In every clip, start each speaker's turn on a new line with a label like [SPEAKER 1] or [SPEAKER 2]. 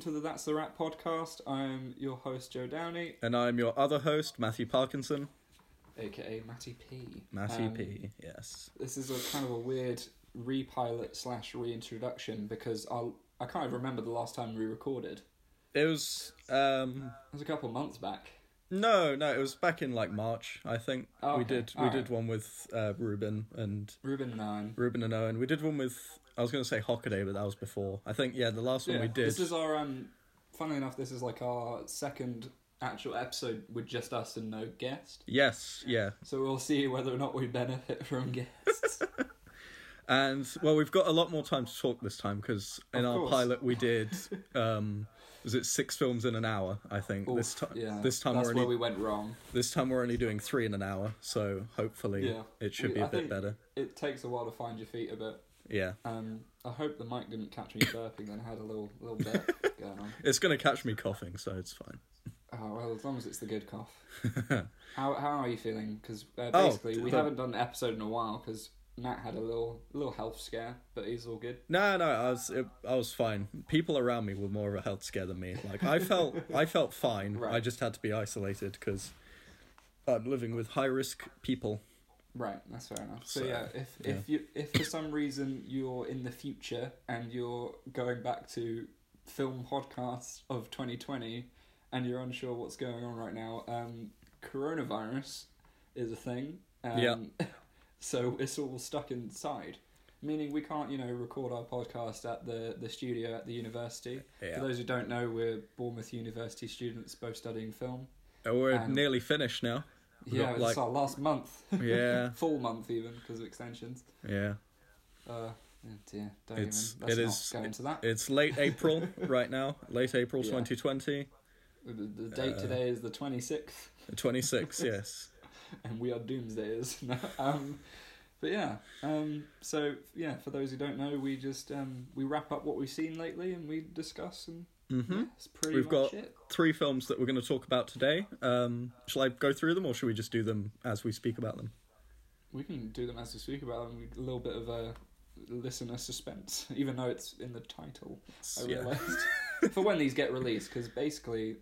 [SPEAKER 1] to the That's the Rat podcast. I'm your host, Joe Downey,
[SPEAKER 2] And I'm your other host, Matthew Parkinson.
[SPEAKER 1] aka Matty P.
[SPEAKER 2] Matty
[SPEAKER 1] Um,
[SPEAKER 2] P, yes.
[SPEAKER 1] This is a kind of a weird repilot slash reintroduction because I I can't even remember the last time we recorded. It
[SPEAKER 2] It was, um,
[SPEAKER 1] was a couple months back.
[SPEAKER 2] no, no, it was back in like March, I think.
[SPEAKER 1] Oh,
[SPEAKER 2] we
[SPEAKER 1] okay.
[SPEAKER 2] did, we
[SPEAKER 1] All
[SPEAKER 2] did
[SPEAKER 1] right.
[SPEAKER 2] one with uh, Ruben and
[SPEAKER 1] Ruben and I.
[SPEAKER 2] Ruben and Owen. We did one with, I was going to say Hockaday, but that was before. I think, yeah, the last one
[SPEAKER 1] Yeah,
[SPEAKER 2] we did.
[SPEAKER 1] This is our um. Funnily enough, this is like our second actual episode with just us and no guest.
[SPEAKER 2] Yes, yeah.
[SPEAKER 1] So we'll see whether or not we benefit from guests.
[SPEAKER 2] And, well, we've got a lot more time to talk this time because in
[SPEAKER 1] Of
[SPEAKER 2] our
[SPEAKER 1] course.
[SPEAKER 2] pilot we did, um, was it six films in an hour, I think. this,
[SPEAKER 1] Oof,
[SPEAKER 2] time,
[SPEAKER 1] yeah,
[SPEAKER 2] this time
[SPEAKER 1] that's
[SPEAKER 2] we're E-
[SPEAKER 1] where we
[SPEAKER 2] only,
[SPEAKER 1] went wrong.
[SPEAKER 2] this time we're only doing three in an hour, so hopefully
[SPEAKER 1] Yeah,
[SPEAKER 2] it should
[SPEAKER 1] We-
[SPEAKER 2] be a
[SPEAKER 1] I
[SPEAKER 2] bit
[SPEAKER 1] think
[SPEAKER 2] better.
[SPEAKER 1] It takes a while to find your feet a bit.
[SPEAKER 2] Yeah.
[SPEAKER 1] Um, I hope the mic didn't catch me burping and I had a little little bit going on.
[SPEAKER 2] It's gonna catch me coughing, so it's fine.
[SPEAKER 1] Oh well, as long as it's the good cough. how how are you feeling? Because uh,
[SPEAKER 2] Oh,
[SPEAKER 1] basically we
[SPEAKER 2] the-
[SPEAKER 1] haven't done an episode in a while because Matt had a little little health scare, but he's all good.
[SPEAKER 2] No, no, I was it, I was fine. People around me were more of a health scare than me. Like I felt I felt fine.
[SPEAKER 1] Right.
[SPEAKER 2] I just had to be isolated because I'm living with high risk people.
[SPEAKER 1] Right, that's fair enough. So,
[SPEAKER 2] So,
[SPEAKER 1] yeah, if if you if for some reason you're in the future and you're going back to film podcasts of 2020 and you're unsure what's going on right now, um, coronavirus is a thing. Um, So it's all stuck inside, meaning we can't you know record our podcast at the the studio at the university.
[SPEAKER 2] Yeah.
[SPEAKER 1] For those who don't know, we're Bournemouth University students, both studying film.
[SPEAKER 2] Uh, We're
[SPEAKER 1] Um,
[SPEAKER 2] nearly finished now. We've
[SPEAKER 1] Yeah,
[SPEAKER 2] got,
[SPEAKER 1] it's our last month.
[SPEAKER 2] yeah,
[SPEAKER 1] Full month even because of extensions.
[SPEAKER 2] yeah.
[SPEAKER 1] Uh, oh dear, don't
[SPEAKER 2] It's-
[SPEAKER 1] even. Let's
[SPEAKER 2] it
[SPEAKER 1] not
[SPEAKER 2] is-
[SPEAKER 1] go into that.
[SPEAKER 2] It's late April right now. Late April
[SPEAKER 1] Yeah.
[SPEAKER 2] 2020,
[SPEAKER 1] the, the date
[SPEAKER 2] uh,
[SPEAKER 1] today is the twenty sixth,
[SPEAKER 2] 26. yes.
[SPEAKER 1] and we are doomsdayers. No, um, but yeah, um, so yeah, for those who don't know, we just um, we wrap up what we've seen lately, and we discuss, and
[SPEAKER 2] hmm
[SPEAKER 1] that's pretty
[SPEAKER 2] We've
[SPEAKER 1] much
[SPEAKER 2] got
[SPEAKER 1] it.
[SPEAKER 2] three films that we're going to talk about today. Um, shall I go through them, or should we just do them as we speak about them?
[SPEAKER 1] We can do them as we speak about them. A little bit of a listener suspense, even though it's in the title. I
[SPEAKER 2] Yeah.
[SPEAKER 1] realised for when these get released because basically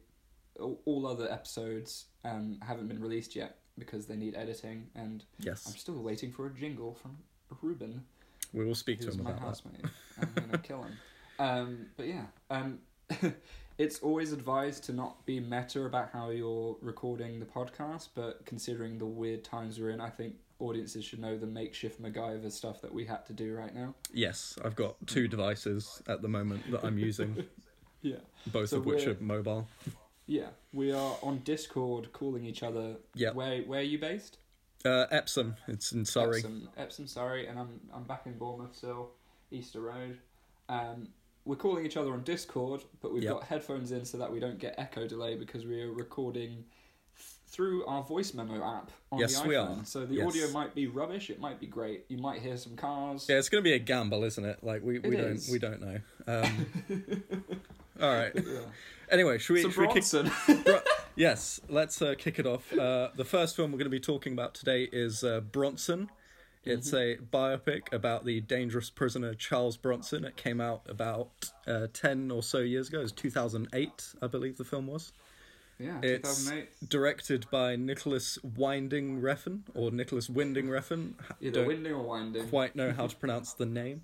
[SPEAKER 1] all, all other episodes um, haven't been released yet because they need editing, and
[SPEAKER 2] Yes.
[SPEAKER 1] I'm still waiting for a jingle from Ruben,
[SPEAKER 2] We will speak to
[SPEAKER 1] who's
[SPEAKER 2] him
[SPEAKER 1] my
[SPEAKER 2] about that.
[SPEAKER 1] housemate. I'm gonna kill him. Um, but yeah, um, it's always advised to not be meta about how you're recording the podcast, but considering the weird times we're in, I think audiences should know the makeshift MacGyver stuff that we had to do right now.
[SPEAKER 2] Yes, I've got
[SPEAKER 1] Mm.
[SPEAKER 2] two devices at the moment that I'm using,
[SPEAKER 1] Yeah.
[SPEAKER 2] both
[SPEAKER 1] So
[SPEAKER 2] of which
[SPEAKER 1] we're-
[SPEAKER 2] are mobile.
[SPEAKER 1] Yeah, we are on Discord calling each other.
[SPEAKER 2] Yeah.
[SPEAKER 1] Where Where are you based?
[SPEAKER 2] Uh, Epsom, it's in Surrey.
[SPEAKER 1] Epsom, Epsom, sorry, and I'm I'm back in Bournemouth, so Easter Road. Um, we're calling each other on Discord, but we've
[SPEAKER 2] Yep.
[SPEAKER 1] got headphones in so that we don't get echo delay because we are recording th- through our voice memo app on
[SPEAKER 2] Yes,
[SPEAKER 1] the
[SPEAKER 2] we
[SPEAKER 1] iPhone.
[SPEAKER 2] are.
[SPEAKER 1] So the
[SPEAKER 2] Yes.
[SPEAKER 1] audio might be rubbish, it might be great. You might hear some cars.
[SPEAKER 2] Yeah, it's going to be a gamble, isn't it? Like we, we
[SPEAKER 1] It
[SPEAKER 2] don't
[SPEAKER 1] is.
[SPEAKER 2] we don't know. Um, all right.
[SPEAKER 1] Yeah.
[SPEAKER 2] Anyway, should we?
[SPEAKER 1] So
[SPEAKER 2] should we kick-
[SPEAKER 1] Bronson,
[SPEAKER 2] Bro- yes, let's uh, kick it off. Uh, the first film we're going to be talking about today is uh, Bronson. It's
[SPEAKER 1] Mm-hmm.
[SPEAKER 2] a biopic about the dangerous prisoner Charles Bronson. It came out about uh, 10 or so years ago. It was 2008, I believe the film was.
[SPEAKER 1] yeah,
[SPEAKER 2] It's
[SPEAKER 1] 2008.
[SPEAKER 2] directed by Nicholas Winding Refn, or Nicholas Winding Refn. I
[SPEAKER 1] Either
[SPEAKER 2] Don't
[SPEAKER 1] winding or winding.
[SPEAKER 2] quite know how to pronounce the name.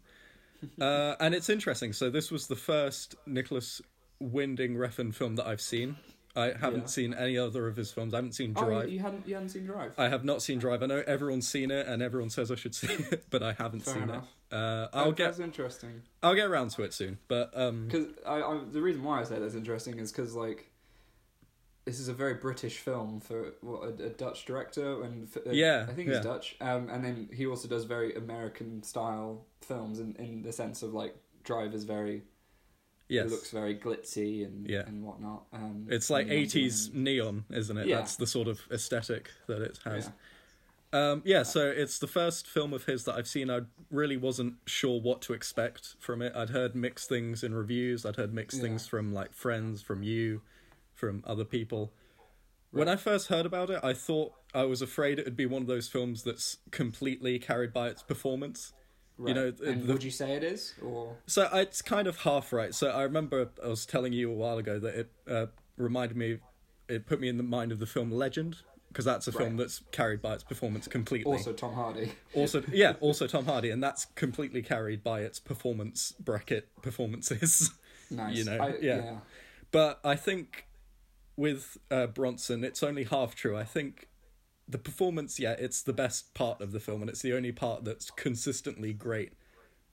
[SPEAKER 2] Uh, and it's interesting. So this was the first Nicholas Winding Refn film that I've seen. I haven't
[SPEAKER 1] Yeah.
[SPEAKER 2] seen any other of his films. I haven't seen
[SPEAKER 1] oh,
[SPEAKER 2] Drive.
[SPEAKER 1] you- you hadn't you hadn't seen Drive.
[SPEAKER 2] I have not seen Drive. I know everyone's seen it, and everyone says I should see it, but I haven't
[SPEAKER 1] Fair
[SPEAKER 2] seen
[SPEAKER 1] enough.
[SPEAKER 2] it. Uh, I'll
[SPEAKER 1] That-
[SPEAKER 2] get
[SPEAKER 1] That's interesting.
[SPEAKER 2] I'll get around to it soon. But um,
[SPEAKER 1] Because I, I, the reason why I say that's interesting is because like, this is a very British film for what a, a Dutch director and f- uh,
[SPEAKER 2] Yeah,
[SPEAKER 1] I think he's
[SPEAKER 2] yeah.
[SPEAKER 1] Dutch. Um, and then he also does very American style films in, in the sense of like Drive is very
[SPEAKER 2] yes,
[SPEAKER 1] it looks very glitzy and
[SPEAKER 2] Yeah.
[SPEAKER 1] and whatnot. Um,
[SPEAKER 2] it's like
[SPEAKER 1] and-
[SPEAKER 2] eighties neon, isn't it?
[SPEAKER 1] Yeah.
[SPEAKER 2] That's the sort of aesthetic that it has.
[SPEAKER 1] Yeah.
[SPEAKER 2] Um, yeah, so it's the first film of his that I've seen. I really wasn't sure what to expect from it. I'd heard mixed things in reviews. I'd heard mixed
[SPEAKER 1] Yeah.
[SPEAKER 2] things from like friends, from you, from other people. When I first heard about it, I thought I was afraid it would be one of those films that's completely carried by its performance.
[SPEAKER 1] Right.
[SPEAKER 2] know,
[SPEAKER 1] and
[SPEAKER 2] the-
[SPEAKER 1] would you say it is or
[SPEAKER 2] So it's kind of half right. So I remember I was telling you a while ago that it uh, reminded me, it put me in the mind of the film Legend because that's a film
[SPEAKER 1] Right.
[SPEAKER 2] that's carried by its performance completely.
[SPEAKER 1] also Tom Hardy?
[SPEAKER 2] Also- yeah, also Tom Hardy, and that's completely carried by its performance bracket performances.
[SPEAKER 1] Nice.
[SPEAKER 2] You know,
[SPEAKER 1] I-
[SPEAKER 2] yeah. But I think with uh, Bronson, it's only half true. I think the performance, yeah, it's the best part of the film, and it's the only part that's consistently great.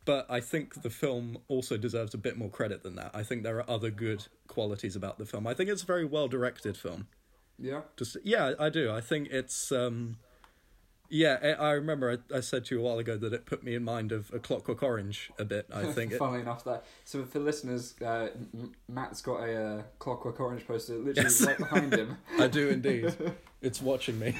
[SPEAKER 2] But I think the film also deserves a bit more credit than that. I think there are other good qualities about the film. I think it's a very well directed film.
[SPEAKER 1] yeah.
[SPEAKER 2] Just yeah, I do. I think it's um, yeah. I, I remember I, I said to you a while ago that it put me in mind of a Clockwork Orange a bit. I think it,
[SPEAKER 1] Funnily enough, that so for listeners, uh, M- M- Matt's got a uh, Clockwork Orange poster literally
[SPEAKER 2] Yes.
[SPEAKER 1] right behind him.
[SPEAKER 2] I do indeed. It's watching me.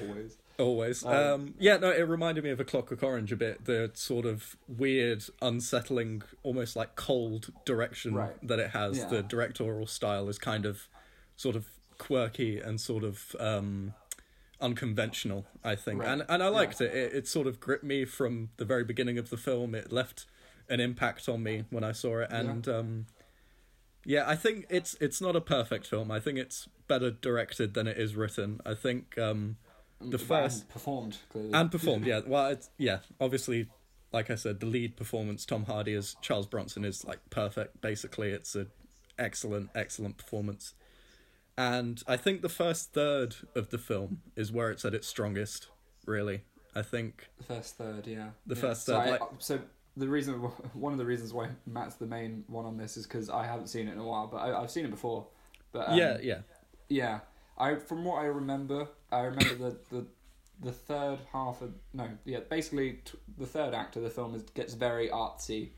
[SPEAKER 1] Always.
[SPEAKER 2] Always.
[SPEAKER 1] Oh.
[SPEAKER 2] Um, yeah, no, it reminded me of A Clockwork Orange a bit, the sort of weird, unsettling, almost like cold direction
[SPEAKER 1] Right.
[SPEAKER 2] that it has.
[SPEAKER 1] Yeah.
[SPEAKER 2] The directorial style is kind of sort of quirky and sort of um, unconventional, I think.
[SPEAKER 1] Right.
[SPEAKER 2] And, and I liked it. it. It sort of gripped me from the very beginning of the film. It left an impact on me when I saw it. And. Um, yeah, I think it's it's not a perfect film. I think it's better directed than it is written. I think um, the first
[SPEAKER 1] And performed clearly.
[SPEAKER 2] and performed, yeah. Well, it's, yeah, obviously, like I said, the lead performance, Tom Hardy as Charles Bronson, is like perfect. Basically, it's an excellent, excellent performance. And I think the first third of the film is where it's at its strongest, really. I think
[SPEAKER 1] the first third, yeah.
[SPEAKER 2] The
[SPEAKER 1] Yeah.
[SPEAKER 2] first
[SPEAKER 1] So,
[SPEAKER 2] third,
[SPEAKER 1] I-
[SPEAKER 2] like-
[SPEAKER 1] uh, so the reason, one of the reasons why Matt's the main one on this is because I haven't seen it in a while, but I, I've seen it before. But um,
[SPEAKER 2] yeah, yeah,
[SPEAKER 1] Yeah, I from what I remember, I remember the the, the third half of no, yeah, basically t- the third act of the film is, gets very artsy,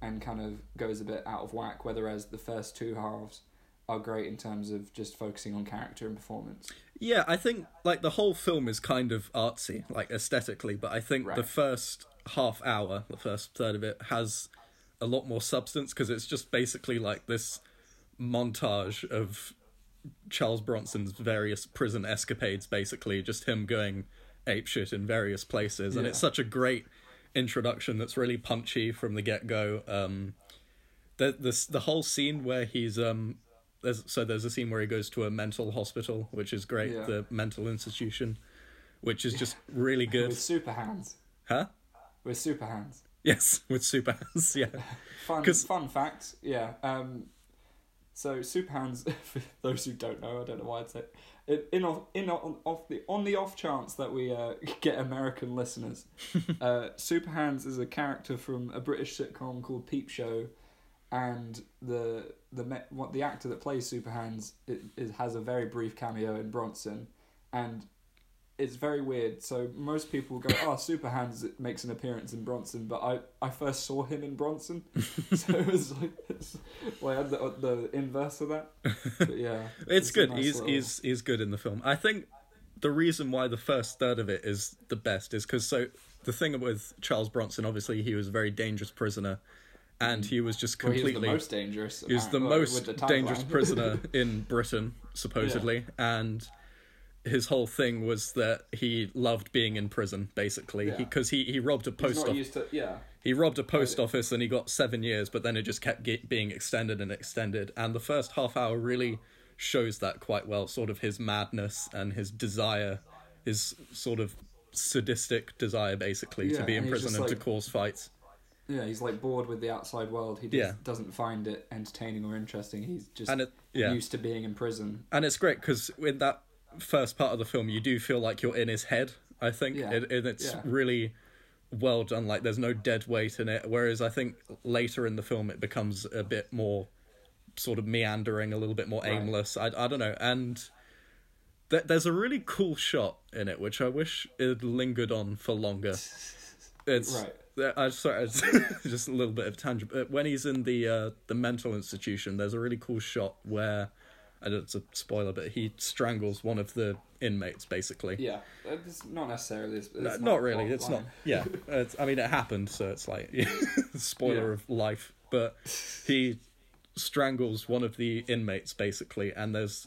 [SPEAKER 1] and kind of goes a bit out of whack. Whereas the first two halves are great in terms of just focusing on character and performance.
[SPEAKER 2] yeah. I think like the whole film is kind of artsy, like aesthetically, but I think the
[SPEAKER 1] Right.
[SPEAKER 2] first half hour, the first third of it, has a lot more substance because it's just basically like this montage of Charles Bronson's various prison escapades, basically, just him going apeshit in various places. And it's
[SPEAKER 1] Yeah.
[SPEAKER 2] such a great introduction that's really punchy from the get go. Um, the, the, the whole scene where he's. Um, there's, so there's a scene where he goes to a mental hospital, which is great,
[SPEAKER 1] Yeah.
[SPEAKER 2] the mental institution, which is just really good.
[SPEAKER 1] With super hands,
[SPEAKER 2] Huh?
[SPEAKER 1] with super hands.
[SPEAKER 2] Yes, with super hands, yeah.
[SPEAKER 1] Fun
[SPEAKER 2] 'Cause-
[SPEAKER 1] fun fact, yeah. Um, so super hands, for those who don't know, I don't know why I'd say, in in off, in on, off the on the off chance that we uh, get American listeners, uh, super hands is a character from a British sitcom called Peep Show, and the the me- what the actor that plays super hands it, it has a very brief cameo in Bronson, and. It's very weird. So most people go, "Oh, Super Hands makes an appearance in Bronson," but I, I first saw him in Bronson, so it was like, it's, well, I had the, the inverse of that. But yeah,
[SPEAKER 2] it's,
[SPEAKER 1] a
[SPEAKER 2] good.
[SPEAKER 1] nice
[SPEAKER 2] he's
[SPEAKER 1] little-
[SPEAKER 2] he's he's good in the film. I think the reason why the first third of it is the best is because so the thing with Charles Bronson, obviously, he was a very dangerous prisoner, and he was just
[SPEAKER 1] well, he's
[SPEAKER 2] completely
[SPEAKER 1] the most dangerous.
[SPEAKER 2] he was the
[SPEAKER 1] apparent- well,
[SPEAKER 2] most
[SPEAKER 1] with the
[SPEAKER 2] dangerous
[SPEAKER 1] tagline.
[SPEAKER 2] prisoner in Britain, supposedly, and his whole thing was that he loved being in prison, basically,
[SPEAKER 1] Yeah.
[SPEAKER 2] because he, he robbed a
[SPEAKER 1] He's
[SPEAKER 2] post
[SPEAKER 1] not
[SPEAKER 2] office.
[SPEAKER 1] used to yeah.
[SPEAKER 2] He robbed a post office and he got seven years, but then it just kept ge being extended and extended. And the first half hour really shows that quite well sort of his madness and his desire, his sort of sadistic desire, basically, to
[SPEAKER 1] Yeah,
[SPEAKER 2] be in
[SPEAKER 1] and he's
[SPEAKER 2] prison
[SPEAKER 1] just
[SPEAKER 2] and to
[SPEAKER 1] like-
[SPEAKER 2] cause fights.
[SPEAKER 1] Yeah, he's like bored with the outside world. He just
[SPEAKER 2] Yeah.
[SPEAKER 1] doesn't find it entertaining or interesting. He's just
[SPEAKER 2] And it- yeah.
[SPEAKER 1] used to being in prison.
[SPEAKER 2] And it's great because in that first part of the film, you do feel like you're in his head, I think.
[SPEAKER 1] Yeah.
[SPEAKER 2] And, and it's
[SPEAKER 1] Yeah.
[SPEAKER 2] really well done. Like, there's no dead weight in it. Whereas I think later in the film, it becomes a bit more sort of meandering, a little bit more aimless. I, I don't know. And th- there's a really cool shot in it, which I wish it lingered on for longer. It's
[SPEAKER 1] Right.
[SPEAKER 2] there- I'm sorry, it's just a little bit of tangent. But when he's in the uh, the mental institution, there's a really cool shot where, and it's a spoiler, but he strangles one of the inmates basically.
[SPEAKER 1] Yeah, it's not necessarily. It's,
[SPEAKER 2] Uh,
[SPEAKER 1] it's
[SPEAKER 2] not,
[SPEAKER 1] a
[SPEAKER 2] really.
[SPEAKER 1] plot
[SPEAKER 2] It's
[SPEAKER 1] line.
[SPEAKER 2] not. Yeah, it's, I mean, it happened, so it's like spoiler
[SPEAKER 1] Yeah.
[SPEAKER 2] of life. But he strangles one of the inmates basically, and there's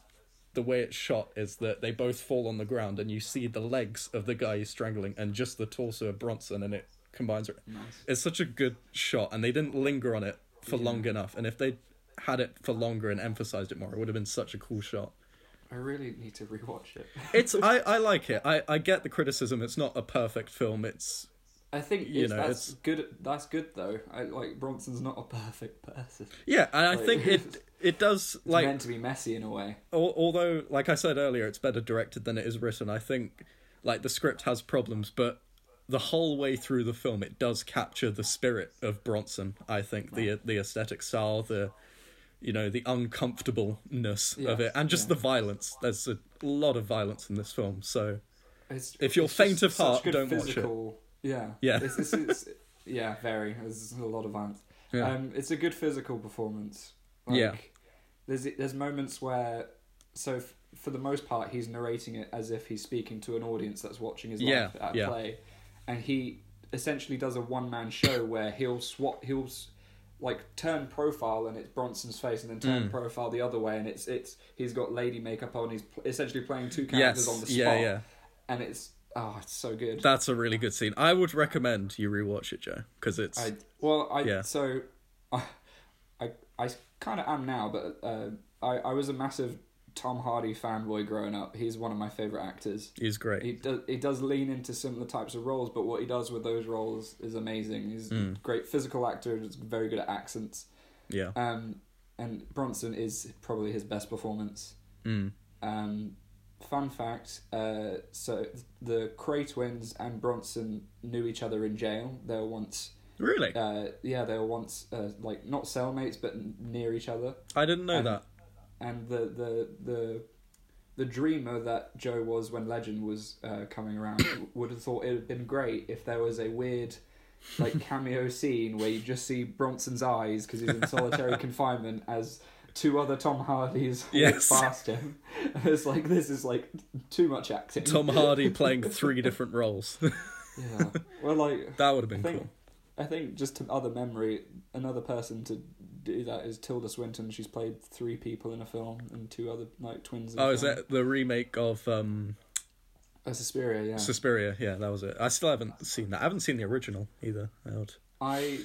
[SPEAKER 2] the way it's shot is that they both fall on the ground, and you see the legs of the guy he's strangling, and just the torso of Bronson, and it combines it.
[SPEAKER 1] Nice.
[SPEAKER 2] It's such a good shot, and they didn't linger on it for long enough. And if they had it for longer and emphasized it more, it would have been such a cool shot.
[SPEAKER 1] I really need to rewatch it.
[SPEAKER 2] It's I, I like it. I, I get the criticism. It's not a perfect film. It's
[SPEAKER 1] I think
[SPEAKER 2] You
[SPEAKER 1] it's,
[SPEAKER 2] know,
[SPEAKER 1] that's
[SPEAKER 2] it's-
[SPEAKER 1] good. That's good though. I, like Bronson's not a perfect person. It's
[SPEAKER 2] yeah, and I
[SPEAKER 1] Like-
[SPEAKER 2] think it it does like
[SPEAKER 1] meant to be messy in a way.
[SPEAKER 2] al- although like I said earlier, it's better directed than it is written. I think like the script has problems, but the whole way through the film, it does capture the spirit of Bronson. I think the the aesthetic style, the you know the uncomfortableness of it,
[SPEAKER 1] Yes,
[SPEAKER 2] and just the violence. There's a lot of violence in this film, so
[SPEAKER 1] It's,
[SPEAKER 2] If you're
[SPEAKER 1] it's
[SPEAKER 2] faint
[SPEAKER 1] just
[SPEAKER 2] of
[SPEAKER 1] such
[SPEAKER 2] heart,
[SPEAKER 1] good
[SPEAKER 2] don't watch it.
[SPEAKER 1] physical, watch it. Yeah.
[SPEAKER 2] Yeah.
[SPEAKER 1] It's, it's, it's, yeah. Very. There's a lot of violence.
[SPEAKER 2] Yeah.
[SPEAKER 1] Um, it's a good physical performance. Like,
[SPEAKER 2] Yeah.
[SPEAKER 1] There's there's moments where so f- for the most part he's narrating it as if he's speaking to an audience that's watching his
[SPEAKER 2] Yeah,
[SPEAKER 1] life at
[SPEAKER 2] yeah.
[SPEAKER 1] play, and he essentially does a one man show where he'll swap he'll s- like turn profile and it's Bronson's face and then
[SPEAKER 2] Mm.
[SPEAKER 1] turn profile the other way and it's it's he's got lady makeup on he's pl- essentially playing two characters
[SPEAKER 2] yes,
[SPEAKER 1] on the spot
[SPEAKER 2] yeah, yeah.
[SPEAKER 1] and it's oh, it's so good.
[SPEAKER 2] That's a really good scene. I would recommend you rewatch it, Joe, because it's
[SPEAKER 1] I well, I
[SPEAKER 2] Yeah.
[SPEAKER 1] so I I, I kind of am now, but uh, I I was a massive Tom Hardy fanboy growing up. He's one of my favorite actors.
[SPEAKER 2] he's great.
[SPEAKER 1] He does he does lean into similar types of roles, but what he does with those roles is amazing. He's a
[SPEAKER 2] Mm.
[SPEAKER 1] great physical actor. He's very good at accents.
[SPEAKER 2] yeah,
[SPEAKER 1] Um, and Bronson is probably his best performance. Um, fun fact: uh, so the Cray twins and Bronson knew each other in jail. They were once,
[SPEAKER 2] really.
[SPEAKER 1] uh, yeah, they were once uh, like not cellmates, but n- near each other.
[SPEAKER 2] I didn't know
[SPEAKER 1] and-
[SPEAKER 2] that.
[SPEAKER 1] And the the the the dreamer that Joe was when Legend was uh, coming around would have thought it would have been great if there was a weird. Like cameo scene where you just see Bronson's eyes because he's in solitary confinement as two other Tom Hardys walk
[SPEAKER 2] Yes.
[SPEAKER 1] past him. it's like this is like too much acting.
[SPEAKER 2] Tom Hardy playing three different roles.
[SPEAKER 1] Yeah. Well, like
[SPEAKER 2] that would have been
[SPEAKER 1] I think,
[SPEAKER 2] cool.
[SPEAKER 1] I think just to other memory, another person to do that is Tilda Swinton. She's played three people in a film and two other like twins. In a
[SPEAKER 2] Oh, is
[SPEAKER 1] film.
[SPEAKER 2] that the remake of um,
[SPEAKER 1] A Suspiria, yeah.
[SPEAKER 2] Suspiria? Yeah, that was it. I still haven't seen that. I haven't seen the original either. I would-
[SPEAKER 1] I,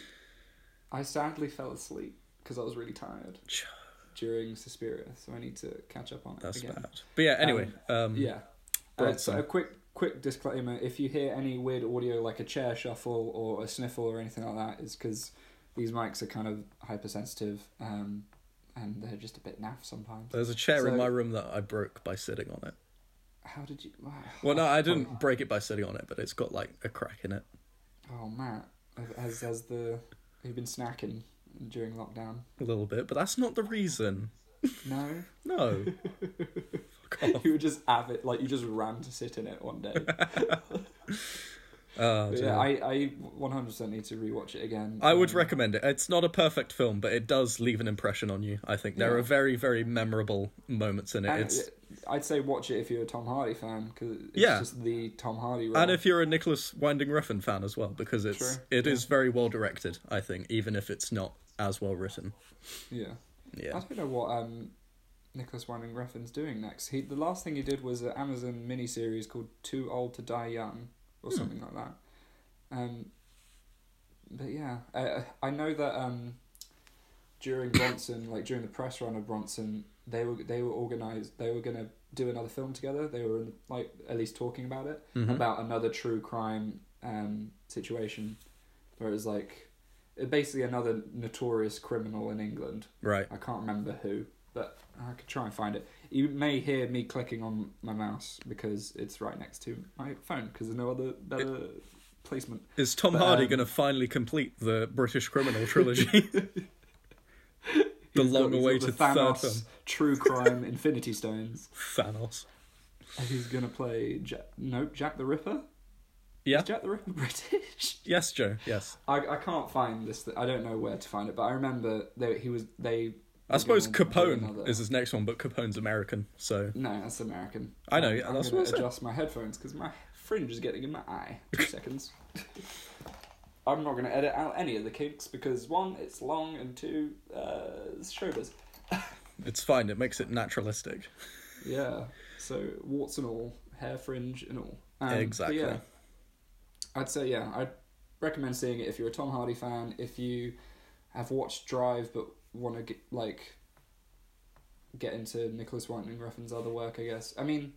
[SPEAKER 1] I sadly fell asleep because I was really tired
[SPEAKER 2] Ch-
[SPEAKER 1] during Suspiria, so I need to catch up on it
[SPEAKER 2] That's
[SPEAKER 1] again.
[SPEAKER 2] bad. But yeah, anyway. Um,
[SPEAKER 1] Yeah. Uh,
[SPEAKER 2] Bronson.
[SPEAKER 1] so a quick quick disclaimer: if you hear any weird audio, like a chair shuffle or a sniffle or anything like that, is because these mics are kind of hypersensitive, um, and they're just a bit naff sometimes.
[SPEAKER 2] There's a chair in
[SPEAKER 1] So-
[SPEAKER 2] my room that I broke by sitting on it.
[SPEAKER 1] How did you?
[SPEAKER 2] Well, no, I didn't break it by sitting on it, but it's got like a crack in it.
[SPEAKER 1] Oh, Matt, has has the you've been snacking during lockdown?
[SPEAKER 2] A little bit, but that's not the reason.
[SPEAKER 1] No,
[SPEAKER 2] No. Fuck off.
[SPEAKER 1] you were just avid, like you just ran to sit in it one day.
[SPEAKER 2] Oh,
[SPEAKER 1] But
[SPEAKER 2] Ah, dear.
[SPEAKER 1] yeah, I I one hundred percent need to rewatch it again.
[SPEAKER 2] I would
[SPEAKER 1] Um,
[SPEAKER 2] recommend it. It's not a perfect film, but it does leave an impression on you. I think there
[SPEAKER 1] Yeah.
[SPEAKER 2] are very, very memorable moments in it.
[SPEAKER 1] and
[SPEAKER 2] it's
[SPEAKER 1] I'd say watch it if you're a Tom Hardy fan because it's
[SPEAKER 2] Yeah.
[SPEAKER 1] just the Tom Hardy. Role.
[SPEAKER 2] and if you're a Nicholas Winding Refn fan as well, because it's
[SPEAKER 1] True,
[SPEAKER 2] it is very well directed. I think, even if it's not as well written.
[SPEAKER 1] yeah. I
[SPEAKER 2] Yeah,
[SPEAKER 1] don't know what um, Nicholas Winding Refn's doing next. He the last thing he did was an Amazon miniseries called Too Old to Die Young or something like that. Um, but yeah, uh, I know that um, during Bronson, like during the press run of Bronson, they were they were organized. They were gonna do another film together. They were in, like at least talking about it
[SPEAKER 2] Mm-hmm. Hmm.
[SPEAKER 1] about another true crime um, situation, where it was like basically another notorious criminal in England
[SPEAKER 2] right.
[SPEAKER 1] I can't remember who, but I could try and find it. You may hear me clicking on my mouse because it's right next to my phone because there's no other better placement.
[SPEAKER 2] Is Tom
[SPEAKER 1] But,
[SPEAKER 2] Hardy
[SPEAKER 1] um,
[SPEAKER 2] going to finally complete the British criminal trilogy? the
[SPEAKER 1] He's got- he's got
[SPEAKER 2] long-awaited
[SPEAKER 1] the
[SPEAKER 2] third
[SPEAKER 1] Thanos
[SPEAKER 2] film,
[SPEAKER 1] True Crime Infinity Stones.
[SPEAKER 2] Thanos.
[SPEAKER 1] And he's gonna play Jack. Nope, Jack the Ripper.
[SPEAKER 2] Yeah.
[SPEAKER 1] Is Jack the Ripper British.
[SPEAKER 2] Yes, Joe. Yes.
[SPEAKER 1] I, I can't find this. Th- I don't know where to find it, but I remember they, he was they.
[SPEAKER 2] I suppose Capone
[SPEAKER 1] another-
[SPEAKER 2] is his next one, but Capone's American, so
[SPEAKER 1] No, that's American.
[SPEAKER 2] I know,
[SPEAKER 1] Um,
[SPEAKER 2] yeah,
[SPEAKER 1] I'm
[SPEAKER 2] that's
[SPEAKER 1] gonna
[SPEAKER 2] what I said.
[SPEAKER 1] adjust my headphones because my fringe is getting in my eye. Two seconds. I'm not going to edit out any of the kinks because one, it's long, and two, uh, it's showbiz.
[SPEAKER 2] it's fine. It makes it naturalistic.
[SPEAKER 1] Yeah. So warts and all, hair fringe and all. Um, but
[SPEAKER 2] Exactly.
[SPEAKER 1] Yeah, I'd say yeah. I recommend seeing it if you're a Tom Hardy fan. If you have watched Drive but want to get like get into Nicholas Winding Refn's other work, I guess. I mean,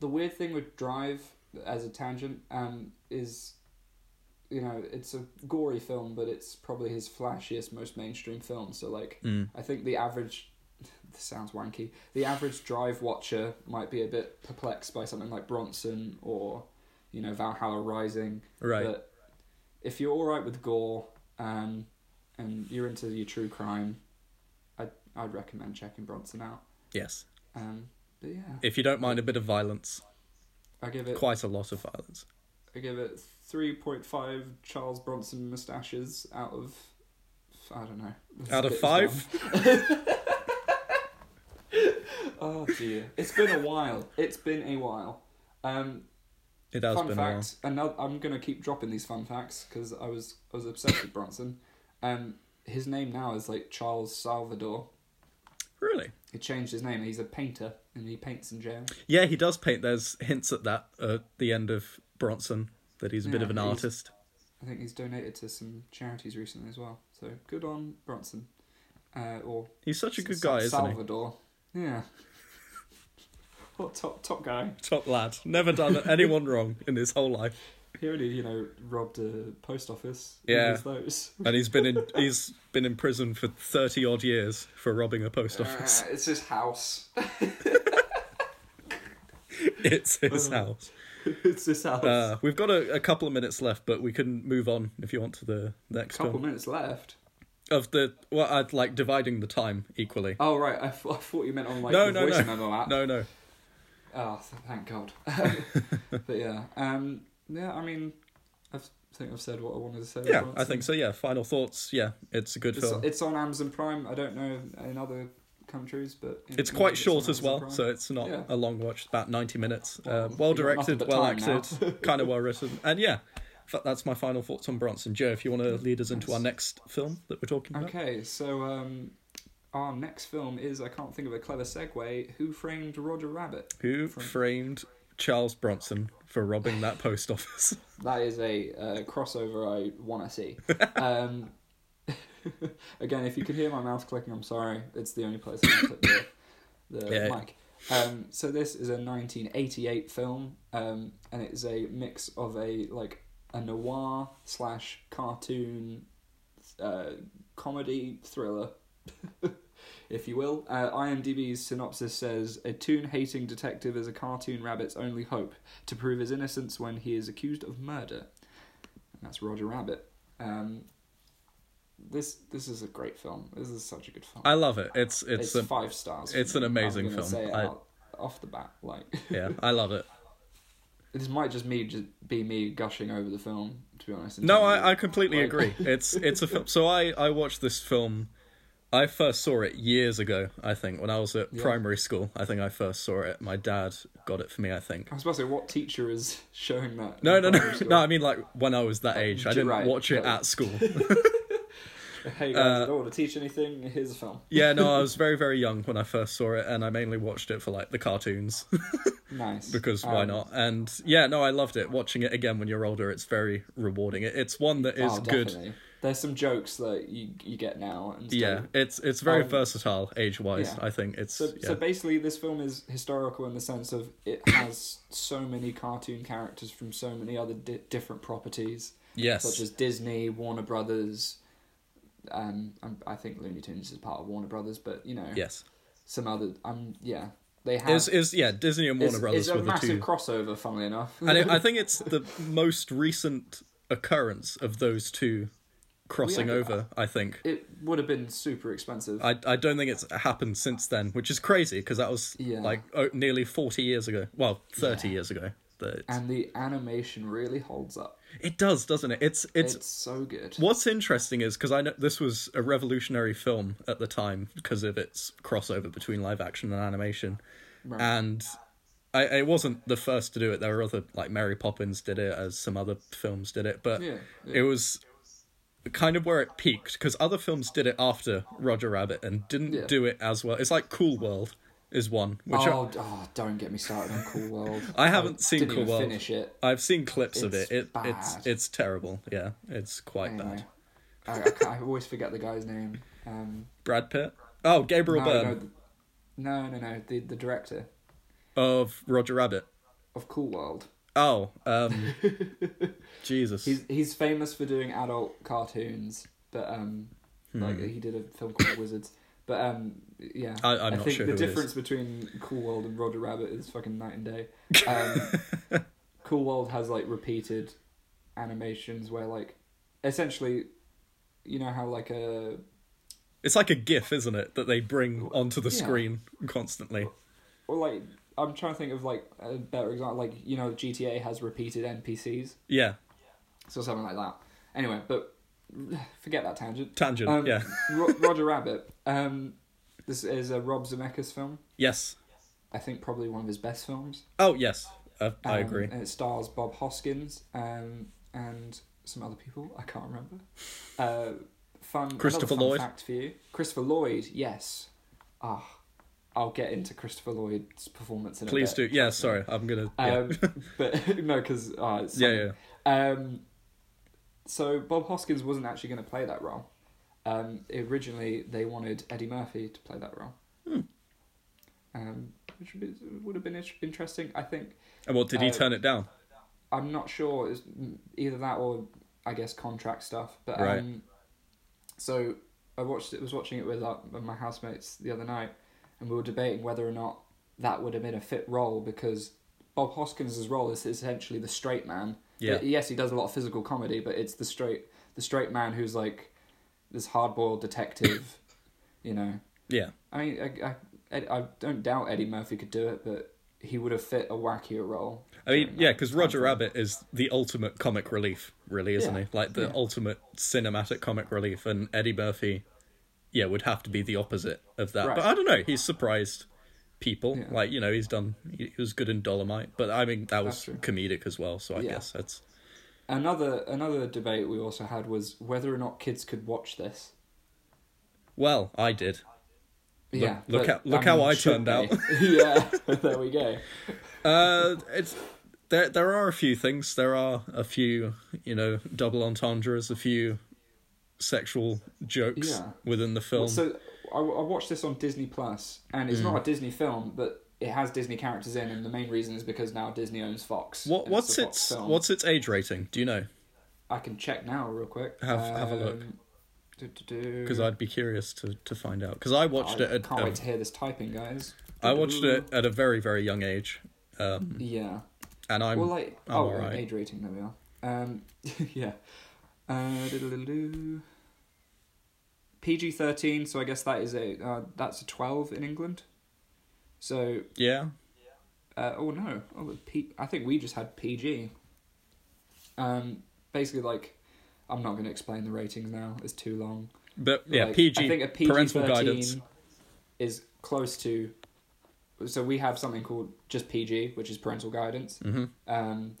[SPEAKER 1] the weird thing with Drive as a tangent um, is, you know, it's a gory film, but it's probably his flashiest, most mainstream film. So like,
[SPEAKER 2] Mm.
[SPEAKER 1] I think the average. This sounds wanky. The average drive watcher might be a bit perplexed by something like Bronson or, you know, Valhalla Rising.
[SPEAKER 2] Right.
[SPEAKER 1] But if you're all right with gore um, and you're into your true crime, I'd I'd recommend checking Bronson out.
[SPEAKER 2] Yes.
[SPEAKER 1] Um, but yeah,
[SPEAKER 2] If you don't mind a bit of violence,
[SPEAKER 1] I give it
[SPEAKER 2] quite a lot of violence.
[SPEAKER 1] I give it three point five Charles Bronson mustaches out of I don't know That's
[SPEAKER 2] Out
[SPEAKER 1] a
[SPEAKER 2] of
[SPEAKER 1] bit
[SPEAKER 2] five?
[SPEAKER 1] dumb. Oh dear, it's been a while. It's been a while. Um,
[SPEAKER 2] It has
[SPEAKER 1] fun
[SPEAKER 2] been uh, a while.
[SPEAKER 1] fact. Another. I'm gonna keep dropping these fun facts because I was I was obsessed with Bronson. Um, his name now is like Charles Salvador.
[SPEAKER 2] Really?
[SPEAKER 1] He changed his name. He's a painter and he paints in jail.
[SPEAKER 2] Yeah, he does paint. There's hints at that at the end of Bronson that he's a bit
[SPEAKER 1] Yeah,
[SPEAKER 2] of an
[SPEAKER 1] he's-
[SPEAKER 2] artist.
[SPEAKER 1] I think he's donated to some charities recently as well. So good on Bronson. Uh, or
[SPEAKER 2] He's such a good
[SPEAKER 1] Sa-
[SPEAKER 2] guy, isn't he?
[SPEAKER 1] Salvador. Yeah. what top top guy?
[SPEAKER 2] Top lad. Never done anyone wrong in his whole life.
[SPEAKER 1] He only you know robbed a post office.
[SPEAKER 2] Yeah.
[SPEAKER 1] He was those.
[SPEAKER 2] And he's been in he's been in prison for thirty odd years for robbing a post office.
[SPEAKER 1] Uh, it's his house.
[SPEAKER 2] it's his house.
[SPEAKER 1] it's his house.
[SPEAKER 2] Uh, we've got a, a couple of minutes left, but we can move on if you want to the next
[SPEAKER 1] Couple
[SPEAKER 2] one.
[SPEAKER 1] minutes left.
[SPEAKER 2] Of the well, I'd like dividing the time equally.
[SPEAKER 1] Oh right, I, th- I thought you meant on like
[SPEAKER 2] No,
[SPEAKER 1] the
[SPEAKER 2] no,
[SPEAKER 1] voice
[SPEAKER 2] no.
[SPEAKER 1] memo app.
[SPEAKER 2] No, no.
[SPEAKER 1] Oh, th- thank God. but yeah, um, yeah. I mean, I think I've said what I wanted to say.
[SPEAKER 2] Yeah,
[SPEAKER 1] Bronson.
[SPEAKER 2] I think so. Yeah. Final thoughts. Yeah, it's a good
[SPEAKER 1] It's,
[SPEAKER 2] film.
[SPEAKER 1] it's on Amazon Prime. I don't know in other countries, but in
[SPEAKER 2] It's
[SPEAKER 1] England
[SPEAKER 2] quite
[SPEAKER 1] on
[SPEAKER 2] short as
[SPEAKER 1] Amazon
[SPEAKER 2] well,
[SPEAKER 1] Prime.
[SPEAKER 2] so it's not
[SPEAKER 1] Yeah.
[SPEAKER 2] a long watch. It's about ninety minutes. Uh,
[SPEAKER 1] Well,
[SPEAKER 2] well
[SPEAKER 1] you've got nothing
[SPEAKER 2] directed,
[SPEAKER 1] but
[SPEAKER 2] well
[SPEAKER 1] time
[SPEAKER 2] acted, kind of well written, and yeah, fa- that's my final thoughts on Bronson. Joe, if you want to lead us into our next film that we're talking about,
[SPEAKER 1] Okay, so um, our next film is I can't think of a clever segue. Who framed Roger Rabbit?
[SPEAKER 2] who framed Charles Bronson for robbing that post office?
[SPEAKER 1] That is a uh, crossover I want to see. um, again, if you could hear my mouse clicking, I'm sorry. It's the only place I can click the, the
[SPEAKER 2] Yeah.
[SPEAKER 1] mic. Um, so this is a 1988 film, um, and it is a mix of a like a noir slash cartoon uh, comedy thriller, if you will. Uh, IMDb's synopsis says a tune hating detective is a cartoon rabbit's only hope to prove his innocence when he is accused of murder. And that's Roger Rabbit. Um, this this is a great film. This is such a good film.
[SPEAKER 2] I love it. It's it's,
[SPEAKER 1] it's
[SPEAKER 2] a,
[SPEAKER 1] five stars.
[SPEAKER 2] it's an amazing
[SPEAKER 1] I'm gonna
[SPEAKER 2] film.
[SPEAKER 1] Say it
[SPEAKER 2] I-
[SPEAKER 1] out off the bat, like
[SPEAKER 2] yeah, I love it.
[SPEAKER 1] this might just me just be me gushing over the film. To be honest, in
[SPEAKER 2] No,
[SPEAKER 1] terms of-
[SPEAKER 2] I, I completely
[SPEAKER 1] Like-
[SPEAKER 2] agree. It's it's a film. So I I watched this film. I first saw it years ago. I think when I was at primary school. I think I first saw it. My dad got it for me. I think.
[SPEAKER 1] I was about to say, what teacher is showing that?
[SPEAKER 2] No,
[SPEAKER 1] in
[SPEAKER 2] no, no,
[SPEAKER 1] primary school?
[SPEAKER 2] no. I mean, like when I was that age, I didn't
[SPEAKER 1] right,
[SPEAKER 2] watch it
[SPEAKER 1] right.
[SPEAKER 2] at school.
[SPEAKER 1] Hey
[SPEAKER 2] Uh,
[SPEAKER 1] guys, I don't want to teach anything. Here's a film.
[SPEAKER 2] yeah, no, I was very, very young when I first saw it, and I mainly watched it for like the cartoons
[SPEAKER 1] Nice.
[SPEAKER 2] because why
[SPEAKER 1] Um,
[SPEAKER 2] not? And yeah, no, I loved it. Watching it again when you're older, it's very rewarding. It, it's one that is
[SPEAKER 1] oh,
[SPEAKER 2] good.
[SPEAKER 1] definitely. There's some jokes that you you get now. And stuff.
[SPEAKER 2] Yeah, it's it's very
[SPEAKER 1] Um,
[SPEAKER 2] versatile age wise.
[SPEAKER 1] yeah.
[SPEAKER 2] I think it's
[SPEAKER 1] So,
[SPEAKER 2] yeah.
[SPEAKER 1] so basically, this film is historical in the sense of it has so many cartoon characters from so many other di- different properties,
[SPEAKER 2] yes,
[SPEAKER 1] such as Disney, Warner Brothers. Um, I'm- I think Looney Tunes is part of Warner Brothers, but you know,
[SPEAKER 2] yes.
[SPEAKER 1] some other. Um, yeah, they have.
[SPEAKER 2] Is is yeah, Disney and Warner
[SPEAKER 1] it's-
[SPEAKER 2] Brothers
[SPEAKER 1] it's a
[SPEAKER 2] were the
[SPEAKER 1] massive
[SPEAKER 2] two.
[SPEAKER 1] crossover, funnily enough.
[SPEAKER 2] and it, I think it's the most recent occurrence of those two crossing
[SPEAKER 1] Yeah, I-
[SPEAKER 2] over. I think.
[SPEAKER 1] it would have been super expensive.
[SPEAKER 2] I, I don't think it's happened since then, which is crazy because that was
[SPEAKER 1] Yeah.
[SPEAKER 2] like oh, nearly 40 years ago. Well, 30 years ago. That it's-
[SPEAKER 1] and the animation really holds up.
[SPEAKER 2] it does, doesn't it? It's it's
[SPEAKER 1] It's so good.
[SPEAKER 2] what's interesting is because I know this was a revolutionary film at the time because of its crossover between live action and animation, and I, it wasn't the first to do it. There were other like Mary Poppins did it, as some other films did it, but
[SPEAKER 1] Yeah, yeah.
[SPEAKER 2] it was kind of where it peaked because other films did it after Roger Rabbit and didn't
[SPEAKER 1] Yeah.
[SPEAKER 2] do it as well. It's like Cool World. is one, which I,
[SPEAKER 1] Oh, d- oh, don't get me started on Cool World.
[SPEAKER 2] I haven't seen
[SPEAKER 1] didn't
[SPEAKER 2] Cool
[SPEAKER 1] even
[SPEAKER 2] World.
[SPEAKER 1] Finish it.
[SPEAKER 2] I've seen clips of
[SPEAKER 1] It's
[SPEAKER 2] it. it it's
[SPEAKER 1] bad.
[SPEAKER 2] it's terrible. Yeah, it's quite
[SPEAKER 1] Anyway,
[SPEAKER 2] bad.
[SPEAKER 1] I, I, can't- I always forget the guy's name. Um,
[SPEAKER 2] Brad Pitt. Oh, Gabriel
[SPEAKER 1] no,
[SPEAKER 2] Byrne
[SPEAKER 1] no, th- no, no, no, the the director
[SPEAKER 2] of Roger Rabbit.
[SPEAKER 1] of Cool World.
[SPEAKER 2] Oh, um, Jesus.
[SPEAKER 1] He's he's famous for doing adult cartoons, but um,
[SPEAKER 2] Hmm.
[SPEAKER 1] like he did a film called Wizards. But um, yeah,
[SPEAKER 2] I- I'm not
[SPEAKER 1] think
[SPEAKER 2] sure
[SPEAKER 1] the
[SPEAKER 2] who it is.
[SPEAKER 1] difference between Cool World and Roger Rabbit is fucking night and day. Um, cool World has like repeated animations where like essentially, you know how like a
[SPEAKER 2] It's like a GIF, isn't it, that they bring onto the
[SPEAKER 1] Yeah.
[SPEAKER 2] screen constantly.
[SPEAKER 1] or like I'm trying to think of like a better example. Like you know GTA has repeated NPCs,
[SPEAKER 2] Yeah,
[SPEAKER 1] so something like that. Anyway, but forget that tangent.
[SPEAKER 2] tangent.
[SPEAKER 1] Um,
[SPEAKER 2] yeah.
[SPEAKER 1] Ro- Roger Rabbit. Um, this is a Rob Zemeckis film.
[SPEAKER 2] Yes.
[SPEAKER 1] I think probably one of his best films.
[SPEAKER 2] Oh, yes. I, I
[SPEAKER 1] Um,
[SPEAKER 2] agree.
[SPEAKER 1] And it stars Bob Hoskins um, and some other people. I can't remember. Uh, fun. another
[SPEAKER 2] Christopher
[SPEAKER 1] fun
[SPEAKER 2] Lloyd.
[SPEAKER 1] Fact for you. Christopher Lloyd. Yes. Ah, I'll get into Christopher Lloyd's performance in a
[SPEAKER 2] Please
[SPEAKER 1] bit.
[SPEAKER 2] do. Yeah. Sorry, I'm gonna. Yeah.
[SPEAKER 1] Um, but no, because uh, it's
[SPEAKER 2] yeah,
[SPEAKER 1] funny.
[SPEAKER 2] yeah.
[SPEAKER 1] Um, so Bob Hoskins wasn't actually going to play that role. Um, originally, they wanted Eddie Murphy to play that role, um, which would, be- would have been in- interesting. I think
[SPEAKER 2] And what did he
[SPEAKER 1] uh,
[SPEAKER 2] turn it down?
[SPEAKER 1] I'm not sure it's either that or I guess contract stuff. But
[SPEAKER 2] Right.
[SPEAKER 1] um, so I watched it was watching it with uh, my housemates the other night, and we were debating whether or not that would have been a fit role because Bob Hoskins' role is essentially the straight man.
[SPEAKER 2] Yeah.
[SPEAKER 1] Yes, he does a lot of physical comedy, but it's the straight the straight man who's like this hard boiled detective, you know.
[SPEAKER 2] Yeah.
[SPEAKER 1] I mean, I, I, Ed- I don't doubt Eddie Murphy could do it, but he would have fit a wackier role.
[SPEAKER 2] I mean,
[SPEAKER 1] during
[SPEAKER 2] yeah,
[SPEAKER 1] that
[SPEAKER 2] because
[SPEAKER 1] time
[SPEAKER 2] Roger
[SPEAKER 1] frame.
[SPEAKER 2] Rabbit is the ultimate comic relief, really, isn't
[SPEAKER 1] Yeah,
[SPEAKER 2] he? Like the
[SPEAKER 1] yeah.
[SPEAKER 2] ultimate cinematic comic relief, and Eddie Murphy, yeah, would have to be the opposite of that.
[SPEAKER 1] Right.
[SPEAKER 2] But I don't know. He's surprised people.
[SPEAKER 1] Yeah.
[SPEAKER 2] Like you know, he's done. He, he was good in Dolomite, but I mean that
[SPEAKER 1] That's
[SPEAKER 2] was
[SPEAKER 1] true.
[SPEAKER 2] comedic as well. So I
[SPEAKER 1] Yeah.
[SPEAKER 2] guess that's
[SPEAKER 1] Another another debate we also had was whether or not kids could watch this.
[SPEAKER 2] well, I did.
[SPEAKER 1] Yeah,
[SPEAKER 2] look
[SPEAKER 1] but,
[SPEAKER 2] how- look how I
[SPEAKER 1] should
[SPEAKER 2] turned out.
[SPEAKER 1] they? yeah, there we go.
[SPEAKER 2] Uh, it's there. There are a few things. There are a few, you know, double entendres, a few sexual jokes
[SPEAKER 1] Yeah.
[SPEAKER 2] within the film.
[SPEAKER 1] So I, I watched this on Disney Plus, and
[SPEAKER 2] Hmm.
[SPEAKER 1] it's not a Disney film, but it has Disney characters in, and the main reason is because now Disney owns Fox.
[SPEAKER 2] What
[SPEAKER 1] and
[SPEAKER 2] what's
[SPEAKER 1] a Fox
[SPEAKER 2] its
[SPEAKER 1] film.
[SPEAKER 2] what's its age rating? Do you know?
[SPEAKER 1] I can check now real quick. Um,
[SPEAKER 2] Have- have a look. Because
[SPEAKER 1] Because
[SPEAKER 2] I'd be curious to, to find out. Because I watched it at
[SPEAKER 1] Mm. can't
[SPEAKER 2] a,
[SPEAKER 1] wait to hear this typing, guys.
[SPEAKER 2] I watched it at a very very young age, um,
[SPEAKER 1] Yeah.
[SPEAKER 2] and I'm
[SPEAKER 1] Well, like
[SPEAKER 2] I'm
[SPEAKER 1] oh,
[SPEAKER 2] alright.
[SPEAKER 1] age rating. There we are. Um, yeah. Uh, PG thirteen. So I guess that is a uh, that's a twelve in England. So
[SPEAKER 2] yeah
[SPEAKER 1] uh, oh no, oh, but P- I think we just had PG. Um, basically, like I'm not going to explain the ratings now. It's too long.
[SPEAKER 2] but yeah
[SPEAKER 1] Like,
[SPEAKER 2] PG,
[SPEAKER 1] I think a PG
[SPEAKER 2] parental
[SPEAKER 1] thirteen
[SPEAKER 2] guidance
[SPEAKER 1] is close to. So we have something called just PG, which is parental guidance,
[SPEAKER 2] Mhm.
[SPEAKER 1] um,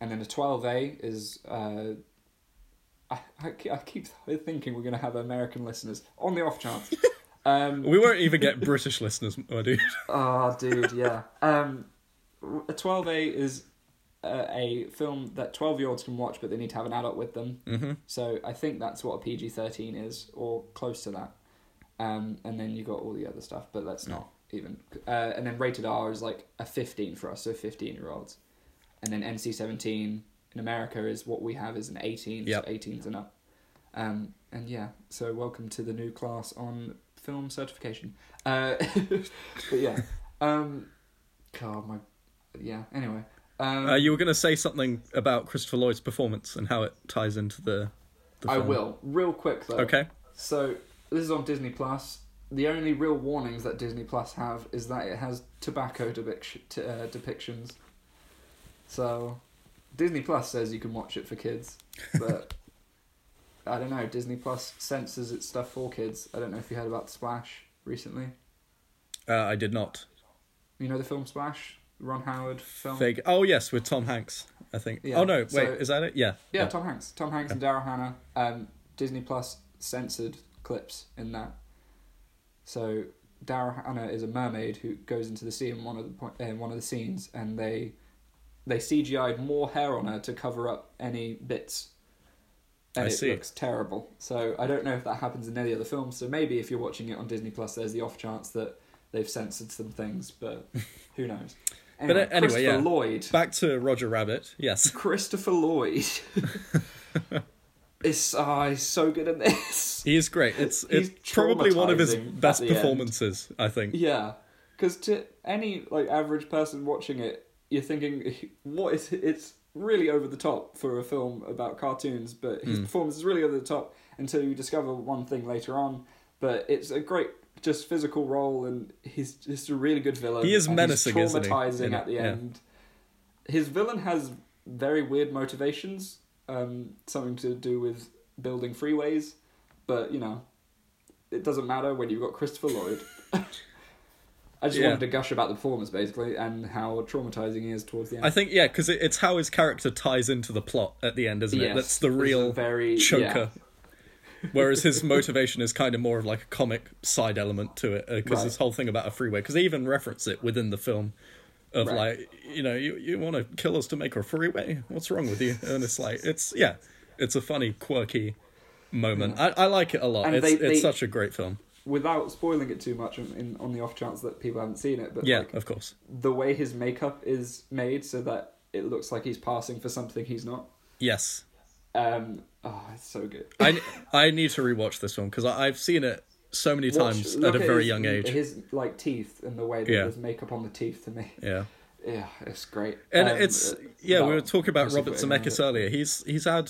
[SPEAKER 1] and then a twelve A is. Uh, I, I, ke- I keep thinking we're going to have American listeners on the off chance. um,
[SPEAKER 2] we won't even get British listeners my dude
[SPEAKER 1] oh, dude, yeah. Um, a twelve A is uh, a film that twelve year olds can watch, but they need to have an adult with them.
[SPEAKER 2] hmm
[SPEAKER 1] So I think that's what a PG thirteen is, or close to that. Um, and then you got all the other stuff, but let's not even. Uh, and then rated R is like a fifteen for us, so fifteen year olds. And then NC seventeen in America is what we have is an eighteen,
[SPEAKER 2] Yep.
[SPEAKER 1] so eighteens and up. Um, and yeah, so welcome to the new class on film certification. Uh, but yeah, um, God, my, yeah. Anyway, um,
[SPEAKER 2] Uh, you were going to say something about Christopher Lloyd's performance and how it ties into the. the
[SPEAKER 1] I
[SPEAKER 2] film.
[SPEAKER 1] will real quick though.
[SPEAKER 2] Okay.
[SPEAKER 1] So this is on Disney Plus. The only real warnings that Disney Plus have is that it has tobacco depiction, t- uh, depictions. So Disney Plus says you can watch it for kids, but I don't know. Disney Plus censors its stuff for kids. I don't know if you heard about Splash recently.
[SPEAKER 2] Uh, I did not.
[SPEAKER 1] You know the film Splash, Ron Howard film.
[SPEAKER 2] Fake. Oh yes, with Tom Hanks. I think.
[SPEAKER 1] Um, Yeah,
[SPEAKER 2] Oh no! Wait,
[SPEAKER 1] so-
[SPEAKER 2] is that it? Yeah.
[SPEAKER 1] Yeah, Tom Hanks. Tom Hanks and Daryl Hannah. Um, Disney Plus censored clips in that. So Dara Hannah is a mermaid who goes into the sea in one of the point, in one of the scenes, and they they CGI'd more hair on her to cover up any bits. And
[SPEAKER 2] I
[SPEAKER 1] it
[SPEAKER 2] see.
[SPEAKER 1] looks terrible. So I don't know if that happens in any other film. So maybe if you're watching it on Disney Plus, there's the off chance that they've censored some things, but who knows? Anyway,
[SPEAKER 2] uh, anyway,
[SPEAKER 1] Christopher
[SPEAKER 2] yeah.
[SPEAKER 1] Lloyd.
[SPEAKER 2] Back to Roger Rabbit. Yes.
[SPEAKER 1] Christopher Lloyd. is ah, he's so good at this.
[SPEAKER 2] He is great. It's
[SPEAKER 1] He's
[SPEAKER 2] it's probably one of his
[SPEAKER 1] traumatizing at
[SPEAKER 2] best
[SPEAKER 1] the end.
[SPEAKER 2] performances, I think.
[SPEAKER 1] Yeah, because to any like average person watching it, you're thinking, what is it's really over the top for a film about cartoons, but
[SPEAKER 2] Hmm.
[SPEAKER 1] his performance is really over the top until you discover one thing later on. But it's a great just physical role, and he's just a really good villain.
[SPEAKER 2] He is
[SPEAKER 1] and
[SPEAKER 2] menacing,
[SPEAKER 1] he's
[SPEAKER 2] isn't he?
[SPEAKER 1] traumatizing
[SPEAKER 2] In
[SPEAKER 1] at
[SPEAKER 2] it,
[SPEAKER 1] the
[SPEAKER 2] yeah.
[SPEAKER 1] end. His villain has very weird motivations, um, something to do with building freeways, but you know, it doesn't matter when you've got Christopher Lloyd. I just
[SPEAKER 2] Yeah.
[SPEAKER 1] wanted to gush about the performance basically and how traumatizing he is towards the end.
[SPEAKER 2] I think yeah, because it, it's how his character ties into the plot at the end, isn't it?
[SPEAKER 1] Yes,
[SPEAKER 2] That's the
[SPEAKER 1] it's a
[SPEAKER 2] real
[SPEAKER 1] very-
[SPEAKER 2] choker. Whereas his motivation is kind of more of like a comic side element to it, because
[SPEAKER 1] Right.
[SPEAKER 2] this whole thing about a freeway, because they even reference it within the film, of
[SPEAKER 1] Right.
[SPEAKER 2] like you know you you want to kill us to make a freeway? What's wrong with you? And it's like it's yeah, it's a funny quirky moment. I, I like it a lot.
[SPEAKER 1] Mm. And
[SPEAKER 2] It's
[SPEAKER 1] they-
[SPEAKER 2] it's
[SPEAKER 1] they-
[SPEAKER 2] such a great film.
[SPEAKER 1] Without spoiling it too much on, in, on the off chance that people haven't seen it, but
[SPEAKER 2] Yeah,
[SPEAKER 1] like,
[SPEAKER 2] of course.
[SPEAKER 1] the way his makeup is made so that it looks like he's passing for something he's not.
[SPEAKER 2] Yes,
[SPEAKER 1] Um, oh, it's so good.
[SPEAKER 2] I I need to rewatch this one because I've seen it so many
[SPEAKER 1] Watch-
[SPEAKER 2] times
[SPEAKER 1] look
[SPEAKER 2] at a very
[SPEAKER 1] his-
[SPEAKER 2] young age.
[SPEAKER 1] His like teeth and the way that
[SPEAKER 2] Yeah.
[SPEAKER 1] there's makeup on the teeth to me.
[SPEAKER 2] yeah,
[SPEAKER 1] Yeah, it's great.
[SPEAKER 2] and
[SPEAKER 1] Um,
[SPEAKER 2] it's
[SPEAKER 1] uh,
[SPEAKER 2] yeah. We
[SPEAKER 1] well,
[SPEAKER 2] were talking about
[SPEAKER 1] obviously
[SPEAKER 2] Robert
[SPEAKER 1] putting it in,
[SPEAKER 2] Zemeckis
[SPEAKER 1] but-
[SPEAKER 2] earlier. He's he's had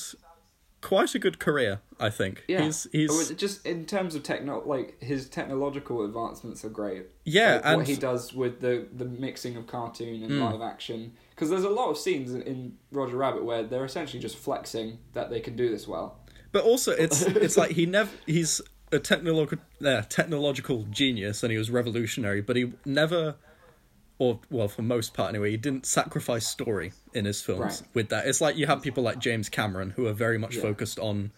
[SPEAKER 2] quite a good career, I think.
[SPEAKER 1] Yeah,
[SPEAKER 2] he's
[SPEAKER 1] Or is
[SPEAKER 2] he's
[SPEAKER 1] it just in terms of techno, like his technological advancements are great. Like,
[SPEAKER 2] Yeah, and- Hmm.
[SPEAKER 1] what he does with the the mixing of cartoon and live action, because there's a lot of scenes in, in Roger Rabbit where they're essentially just flexing that they can do this well.
[SPEAKER 2] but also it's it's like he never he's a technological uh, technological genius and he was revolutionary, but he never. Or well, for most part anyway, he didn't sacrifice story in his films
[SPEAKER 1] Right.
[SPEAKER 2] with that. It's like you have people like James Cameron who are very much
[SPEAKER 1] Yeah.
[SPEAKER 2] focused on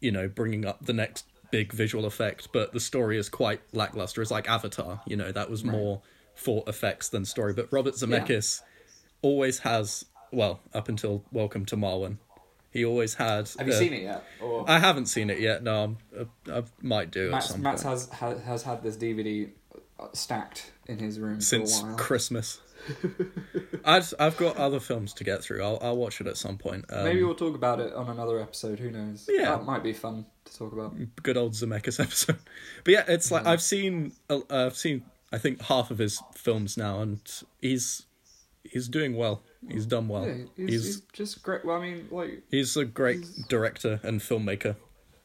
[SPEAKER 2] you know, bringing up the next big visual effect, but the story is quite lackluster. It's like Avatar, you know, that was more for effects than story. But Robert Zemeckis always has, well, up until Welcome to Marwen, he always had.
[SPEAKER 1] Have you seen it yet? Or
[SPEAKER 2] I haven't seen it yet. No, I'm, uh, I might do at
[SPEAKER 1] Matt's,
[SPEAKER 2] some
[SPEAKER 1] Matt's
[SPEAKER 2] point.
[SPEAKER 1] has, has has had this DVD uh, stacked in his room
[SPEAKER 2] since
[SPEAKER 1] for a while.
[SPEAKER 2] Christmas. I've I've got other films to get through. I'll I'll watch it at some point. Um,
[SPEAKER 1] Maybe we'll talk about it on another episode. Who knows?
[SPEAKER 2] Yeah. Mm.
[SPEAKER 1] that might be fun to talk about.
[SPEAKER 2] good old Zemeckis episode. But yeah, it's like I've seen uh, I've seen I think half of his films now, and he's he's doing well. He's done well.
[SPEAKER 1] Yeah, he's,
[SPEAKER 2] he's
[SPEAKER 1] he's,
[SPEAKER 2] he's,
[SPEAKER 1] just great. Well, I mean, like,
[SPEAKER 2] a great director and filmmaker.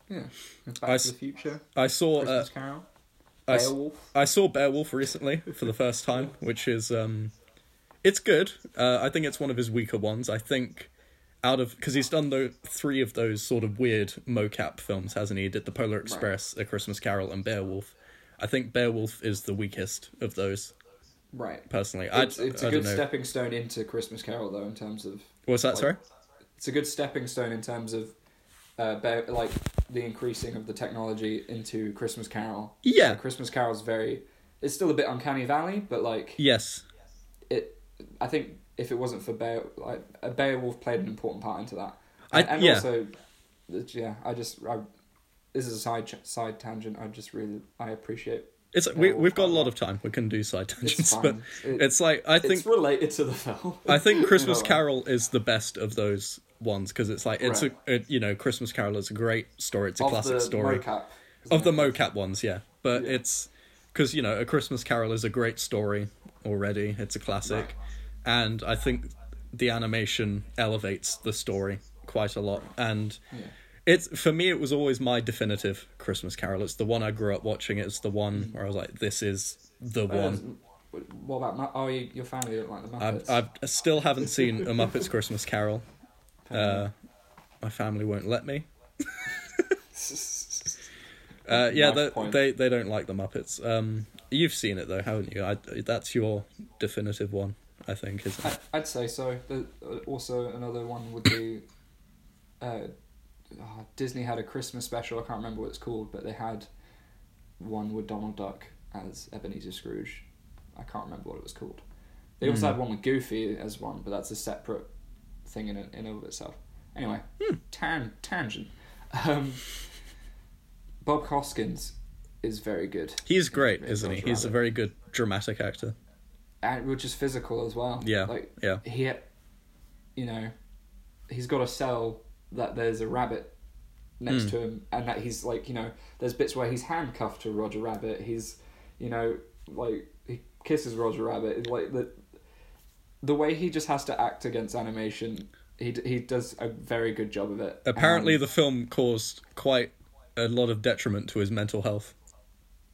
[SPEAKER 1] yeah, Back
[SPEAKER 2] I
[SPEAKER 1] to
[SPEAKER 2] s-
[SPEAKER 1] the Future,
[SPEAKER 2] I saw uh,
[SPEAKER 1] Christmas Carol,
[SPEAKER 2] I, s-
[SPEAKER 1] Beowulf.
[SPEAKER 2] I saw Beowulf recently for the first time, which is um, it's good. Uh, I think it's one of his weaker ones. I think out of because he's done the three of those sort of weird mocap films, hasn't he? He Did the Polar Express, A Christmas Carol, and Beowulf. I think Beowulf is the weakest of those.
[SPEAKER 1] Right.
[SPEAKER 2] Personally,
[SPEAKER 1] It's,
[SPEAKER 2] I,
[SPEAKER 1] it's
[SPEAKER 2] I
[SPEAKER 1] a good
[SPEAKER 2] don't know.
[SPEAKER 1] stepping stone into Christmas Carol, though, in terms of.
[SPEAKER 2] What's that?
[SPEAKER 1] like,
[SPEAKER 2] sorry.
[SPEAKER 1] It's a good stepping stone in terms of, uh, be- like the increasing of the technology into Christmas Carol.
[SPEAKER 2] Yeah.
[SPEAKER 1] So Christmas Carol's very. It's still a bit uncanny valley, but like
[SPEAKER 2] Yes.
[SPEAKER 1] it. I think if it wasn't for Beow, like uh, Beowulf played an important part into that,
[SPEAKER 2] I-
[SPEAKER 1] and, and
[SPEAKER 2] yeah.
[SPEAKER 1] also, that- yeah, I just I. This is a side ch- side tangent. I just really I appreciate.
[SPEAKER 2] It's we
[SPEAKER 1] Beowulf
[SPEAKER 2] we've got a
[SPEAKER 1] quite
[SPEAKER 2] lot of time. We can do side tangents,
[SPEAKER 1] fine.
[SPEAKER 2] but
[SPEAKER 1] It-
[SPEAKER 2] it's like I think
[SPEAKER 1] it's related to the film.
[SPEAKER 2] I think Christmas
[SPEAKER 1] You know,
[SPEAKER 2] Carol is the best of those ones because it's like it's
[SPEAKER 1] Right.
[SPEAKER 2] a, a you know Christmas Carol is a great story. It's a
[SPEAKER 1] of
[SPEAKER 2] classic
[SPEAKER 1] the
[SPEAKER 2] story
[SPEAKER 1] mocap,
[SPEAKER 2] of the mocap ones, yeah. But
[SPEAKER 1] Yeah.
[SPEAKER 2] it's because you know a Christmas Carol is a great story already. It's a classic, and I think the animation elevates the story quite a lot. And it's for me, it was always my definitive Christmas Carol. It's the one I grew up watching. It's the one
[SPEAKER 1] Mm-hmm.
[SPEAKER 2] where I was like, this is the one.
[SPEAKER 1] What about Ma- oh you, your family don't like the Muppets?
[SPEAKER 2] I've, I've I still haven't seen a Muppets Christmas Carol. Uh, my family won't let me. Uh, yeah,
[SPEAKER 1] Nice
[SPEAKER 2] they-
[SPEAKER 1] point.
[SPEAKER 2] they they don't like the Muppets. Um, you've seen it though, haven't you? I, that's your definitive one, I think. Isn't it?
[SPEAKER 1] I, I'd say so. The, uh, also, another one would be uh, ah, Disney had a Christmas special. I can't remember what it's called, but they had one with Donald Duck, as Ebenezer Scrooge. I can't remember what it was called. They also had one with Goofy as one, but that's a separate thing in in and of itself. Anyway, tan tangent. Um, Bob Hoskins is very good,
[SPEAKER 2] He's great,
[SPEAKER 1] Yeah,
[SPEAKER 2] isn't he?
[SPEAKER 1] Roger
[SPEAKER 2] He's a
[SPEAKER 1] Rabbit.
[SPEAKER 2] very good dramatic actor.
[SPEAKER 1] and which is physical as well.
[SPEAKER 2] Yeah,
[SPEAKER 1] like
[SPEAKER 2] yeah.
[SPEAKER 1] he, had- you know, he's got to sell that there's a rabbit
[SPEAKER 2] Hmm.
[SPEAKER 1] next to him, and that he's like, you know, there's bits where he's handcuffed to Roger Rabbit. He's, you know, like he kisses Roger Rabbit. and, Like the the way he just has to act against animation, he d- he does a very good job of it.
[SPEAKER 2] Apparently,
[SPEAKER 1] Um,
[SPEAKER 2] the film caused quite a lot of detriment to his mental health.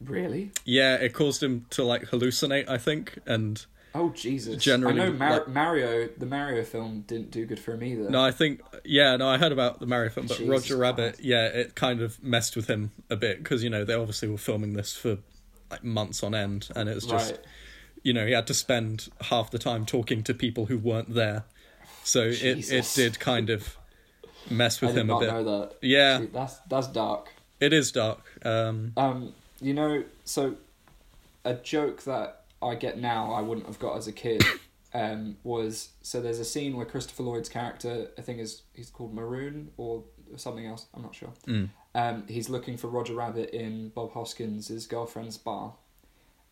[SPEAKER 1] really.
[SPEAKER 2] Yeah, it caused him to like hallucinate, I think, and
[SPEAKER 1] Oh Jesus!
[SPEAKER 2] Generally,
[SPEAKER 1] I know Mar-
[SPEAKER 2] like-
[SPEAKER 1] Mario. The Mario film didn't do good for him either.
[SPEAKER 2] No, I think yeah, no, I heard about the Mario film, but
[SPEAKER 1] Jesus
[SPEAKER 2] Roger Rabbit,
[SPEAKER 1] Christ.
[SPEAKER 2] yeah, it kind of messed with him a bit because you know they obviously were filming this for like months on end, and it was just
[SPEAKER 1] Right.
[SPEAKER 2] you know he had to spend half the time talking to people who weren't there, so it it
[SPEAKER 1] Jesus.
[SPEAKER 2] did kind of mess
[SPEAKER 1] I
[SPEAKER 2] with
[SPEAKER 1] did
[SPEAKER 2] him a
[SPEAKER 1] not
[SPEAKER 2] bit.
[SPEAKER 1] know that.
[SPEAKER 2] Yeah.
[SPEAKER 1] See, that's that's dark.
[SPEAKER 2] It is dark. Um,
[SPEAKER 1] Um, you know, so a joke that I get now I wouldn't have got as a kid um, was so there's a scene where Christopher Lloyd's character I think is he's called Maroon or something else I'm not sure. Um, he's looking for Roger Rabbit in Bob Hoskins' girlfriend's bar,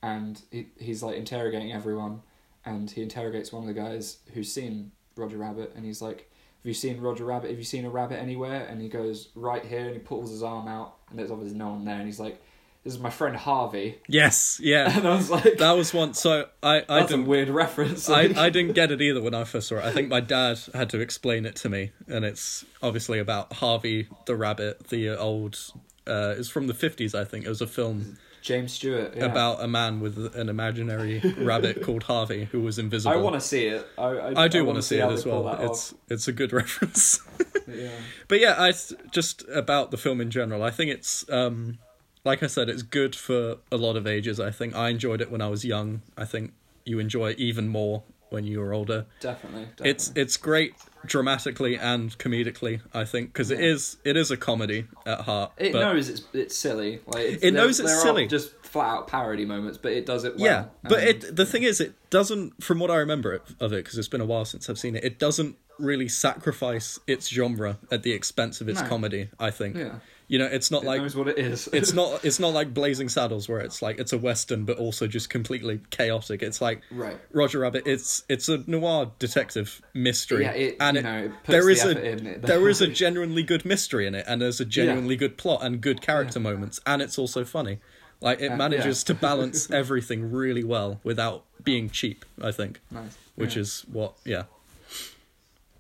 [SPEAKER 1] and he, he's like interrogating everyone, and he interrogates one of the guys who's seen Roger Rabbit, and he's like. Have you seen Roger Rabbit? Have you seen a rabbit anywhere? And he goes right here, and he pulls his arm out, and there's obviously no one there. And he's like, "This is my friend Harvey,"
[SPEAKER 2] yes, yeah,
[SPEAKER 1] and I was like,
[SPEAKER 2] that was one. So I I
[SPEAKER 1] that's a
[SPEAKER 2] didn't
[SPEAKER 1] weird reference.
[SPEAKER 2] I,
[SPEAKER 1] Like,
[SPEAKER 2] I didn't get it either when I first saw it. I think my dad had to explain it to me, and it's obviously about Harvey the Rabbit, the old. Uh, it's from the fifties, I think. It was a film
[SPEAKER 1] James Stewart. yeah.
[SPEAKER 2] about a man with an imaginary rabbit called Harvey who was invisible.
[SPEAKER 1] I want to see it. I, I,
[SPEAKER 2] I do
[SPEAKER 1] want to
[SPEAKER 2] see
[SPEAKER 1] how
[SPEAKER 2] it
[SPEAKER 1] they
[SPEAKER 2] as
[SPEAKER 1] pull
[SPEAKER 2] well.
[SPEAKER 1] that
[SPEAKER 2] It's it's a good reference.
[SPEAKER 1] off. yeah.
[SPEAKER 2] but yeah, I s- just about the film in general. I think it's um, like I said, it's good for a lot of ages. I think I enjoyed it when I was young. I think you enjoy it even more when you are older
[SPEAKER 1] definitely. definitely.
[SPEAKER 2] it's it's great dramatically and comedically i think because it is it is a comedy at heart
[SPEAKER 1] it
[SPEAKER 2] but
[SPEAKER 1] knows it's it's silly. Like it's, there-
[SPEAKER 2] It knows it's
[SPEAKER 1] there are
[SPEAKER 2] silly.
[SPEAKER 1] Just flat out parody moments, but it does it well.
[SPEAKER 2] yeah but
[SPEAKER 1] and-
[SPEAKER 2] it the thing is it doesn't from what i remember it, of it because it's been a while since i've seen it it doesn't really sacrifice its genre at the expense of its
[SPEAKER 1] No.
[SPEAKER 2] comedy i think
[SPEAKER 1] Yeah.
[SPEAKER 2] you know it's not
[SPEAKER 1] it
[SPEAKER 2] like
[SPEAKER 1] knows what it is.
[SPEAKER 2] it's not it's not like blazing saddles where it's like it's a western but also just completely chaotic it's like
[SPEAKER 1] Right.
[SPEAKER 2] roger rabbit it's it's a noir detective mystery
[SPEAKER 1] Yeah, it-
[SPEAKER 2] and
[SPEAKER 1] you
[SPEAKER 2] it,
[SPEAKER 1] know, it puts
[SPEAKER 2] there
[SPEAKER 1] the
[SPEAKER 2] is
[SPEAKER 1] effort
[SPEAKER 2] a
[SPEAKER 1] in. It-
[SPEAKER 2] there is a genuinely good mystery in it and there's a genuinely good plot and good character moments and it's also funny like
[SPEAKER 1] Uh,
[SPEAKER 2] it manages to balance everything really well without being cheap i think
[SPEAKER 1] nice.
[SPEAKER 2] which
[SPEAKER 1] Yeah.
[SPEAKER 2] is what yeah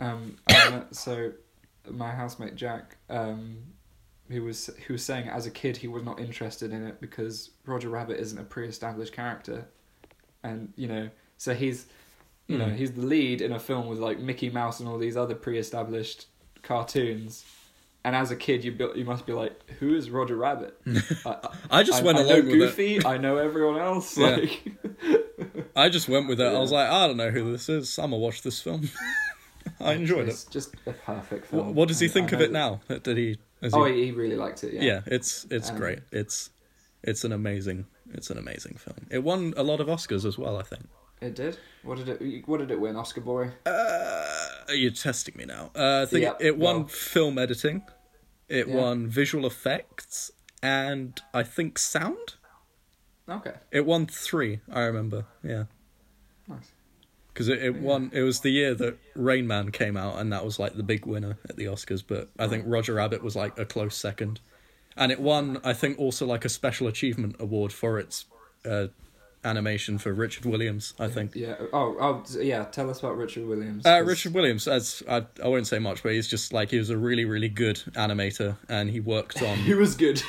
[SPEAKER 1] Um, I met- so my housemate Jack, um, who was who was saying as a kid he was not interested in it because Roger Rabbit isn't a pre-established character, and you know, so he's, you
[SPEAKER 2] Hmm.
[SPEAKER 1] know, he's the lead in a film with like Mickey Mouse and all these other pre-established cartoons. And as a kid, you built, you must be like, who is Roger Rabbit? I,
[SPEAKER 2] i just went
[SPEAKER 1] I know
[SPEAKER 2] along with it
[SPEAKER 1] Goofy. I know everyone else.
[SPEAKER 2] Yeah.
[SPEAKER 1] Like,
[SPEAKER 2] i just went with it i
[SPEAKER 1] Yeah.
[SPEAKER 2] was like i don't know who this is i'm gonna watch this film i enjoyed it
[SPEAKER 1] it's just a perfect
[SPEAKER 2] What,
[SPEAKER 1] film.
[SPEAKER 2] what does he
[SPEAKER 1] Um, And I
[SPEAKER 2] think of
[SPEAKER 1] know
[SPEAKER 2] it
[SPEAKER 1] that-
[SPEAKER 2] now? Did he? Is
[SPEAKER 1] Oh,
[SPEAKER 2] he
[SPEAKER 1] he, he really liked it.
[SPEAKER 2] yeah, it's it's
[SPEAKER 1] Um,
[SPEAKER 2] great. It's it's an amazing it's an amazing film. It won a lot of Oscars as well. I think.
[SPEAKER 1] It did. What did it? What did it win? Oscar boy.
[SPEAKER 2] Uh, you're testing me now. Uh, I think
[SPEAKER 1] Yeah,
[SPEAKER 2] it, it won
[SPEAKER 1] well.
[SPEAKER 2] film editing. It
[SPEAKER 1] Yeah.
[SPEAKER 2] won visual effects and I think sound.
[SPEAKER 1] Okay,
[SPEAKER 2] It won three. I remember. Yeah.
[SPEAKER 1] nice.
[SPEAKER 2] Because it, it won, it was the year that Rain Man came out, and that was like the big winner at the Oscars. But I think Roger Rabbit was like a close second, and it won, I think, also like a special achievement award for its uh, animation for Richard Williams. I think.
[SPEAKER 1] Yeah. Oh, oh, s- yeah. Tell us about Richard Williams.
[SPEAKER 2] Uh,
[SPEAKER 1] 'cause-
[SPEAKER 2] Richard Williams, as I, I won't say much, but he's just like he was a really, really good animator, and he worked on
[SPEAKER 1] He was good.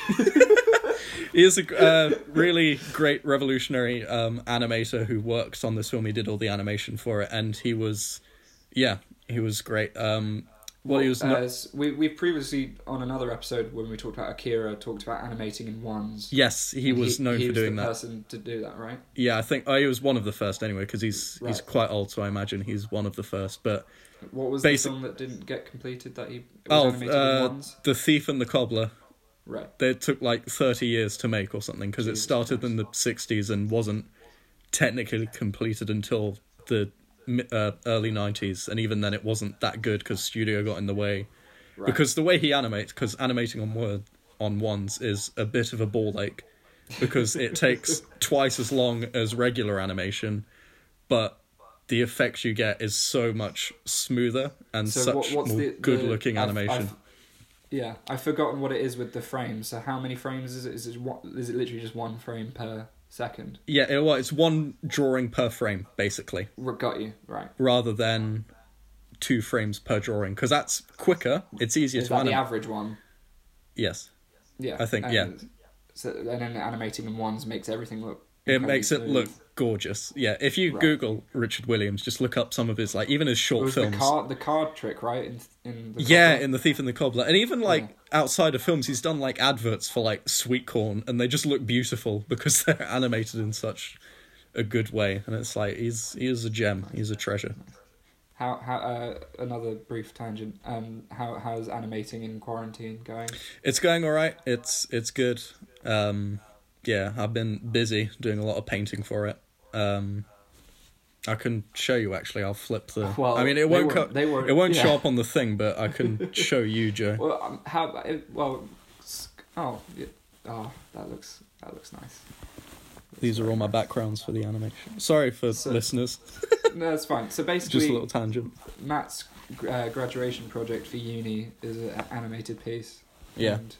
[SPEAKER 2] He is a uh, really great revolutionary um, animator who worked on this film. He did all the animation for it, and he was, yeah, he was great. Um, well, he was
[SPEAKER 1] Uh,
[SPEAKER 2] not.
[SPEAKER 1] s- we we previously on another episode when we talked about Akira talked about animating in ones.
[SPEAKER 2] Yes, he
[SPEAKER 1] And
[SPEAKER 2] was known
[SPEAKER 1] he
[SPEAKER 2] for
[SPEAKER 1] was
[SPEAKER 2] doing
[SPEAKER 1] the
[SPEAKER 2] that.
[SPEAKER 1] Person to do that, right?
[SPEAKER 2] Yeah, I think oh, he was one of the first anyway, because he's he's
[SPEAKER 1] Right.
[SPEAKER 2] quite old, so I imagine he's one of the first. But
[SPEAKER 1] What was
[SPEAKER 2] Basic-
[SPEAKER 1] the film that didn't get completed that he was
[SPEAKER 2] oh,
[SPEAKER 1] animated in
[SPEAKER 2] uh,
[SPEAKER 1] ones?
[SPEAKER 2] the thief and the cobbler
[SPEAKER 1] Right.
[SPEAKER 2] They took like 30 years to make or something because it started in the 60s and wasn't technically completed until the mi- uh, early 90s. And even then, it wasn't that good because studio got in the way.
[SPEAKER 1] Right.
[SPEAKER 2] Because the way he animates, because animating on word on ones is a bit of a ball ache, because it takes twice as long as regular animation, but the effects you get is so much smoother and
[SPEAKER 1] So
[SPEAKER 2] such
[SPEAKER 1] what, what's
[SPEAKER 2] more
[SPEAKER 1] the
[SPEAKER 2] good-looking
[SPEAKER 1] the- I've-
[SPEAKER 2] animation.
[SPEAKER 1] I've- yeah, I've forgotten what it is with the frames. So how many frames is it? Is it what? Is it literally just one frame per second?
[SPEAKER 2] Yeah, it, well, it's one drawing per frame, basically,
[SPEAKER 1] R- Got you right.
[SPEAKER 2] rather than two frames per drawing, because that's quicker. It's easier
[SPEAKER 1] Is
[SPEAKER 2] to
[SPEAKER 1] that the
[SPEAKER 2] animate.
[SPEAKER 1] average one?
[SPEAKER 2] yes,
[SPEAKER 1] Yeah.
[SPEAKER 2] I think, yeah.
[SPEAKER 1] So and then animating in ones makes everything look.
[SPEAKER 2] it
[SPEAKER 1] incredibly
[SPEAKER 2] makes it
[SPEAKER 1] smooth.
[SPEAKER 2] look gorgeous. Yeah, if you
[SPEAKER 1] Right.
[SPEAKER 2] Google Richard Williams, just look up some of his like even his
[SPEAKER 1] It
[SPEAKER 2] short
[SPEAKER 1] was the
[SPEAKER 2] films.
[SPEAKER 1] card, the card trick, right? In, in the
[SPEAKER 2] Yeah, in The Thief and the Cobbler. And even like outside of films, he's done like adverts for like sweet corn and they just look beautiful because they're animated in such a good way. And it's like he's he is a gem. He's a treasure.
[SPEAKER 1] How how uh, another brief tangent. Um, how how's animating in quarantine going?
[SPEAKER 2] It's going alright. It's it's good. Um yeah, I've been busy doing a lot of painting for it. Um I can show you actually. I'll flip the.
[SPEAKER 1] Well,
[SPEAKER 2] I mean,
[SPEAKER 1] they
[SPEAKER 2] it won't.
[SPEAKER 1] won't-
[SPEAKER 2] co-
[SPEAKER 1] they won't-
[SPEAKER 2] it won't
[SPEAKER 1] yeah.
[SPEAKER 2] show up on the thing, but I can show you, Joe.
[SPEAKER 1] Well, um, how it- well, s- oh, yeah, oh, that looks that looks nice.
[SPEAKER 2] These are all my backgrounds for the animation. Sorry for
[SPEAKER 1] So-
[SPEAKER 2] listeners.
[SPEAKER 1] No, that's fine. So basically,
[SPEAKER 2] Just a little tangent.
[SPEAKER 1] Matt's uh, graduation project for uni is an animated piece.
[SPEAKER 2] Yeah.
[SPEAKER 1] And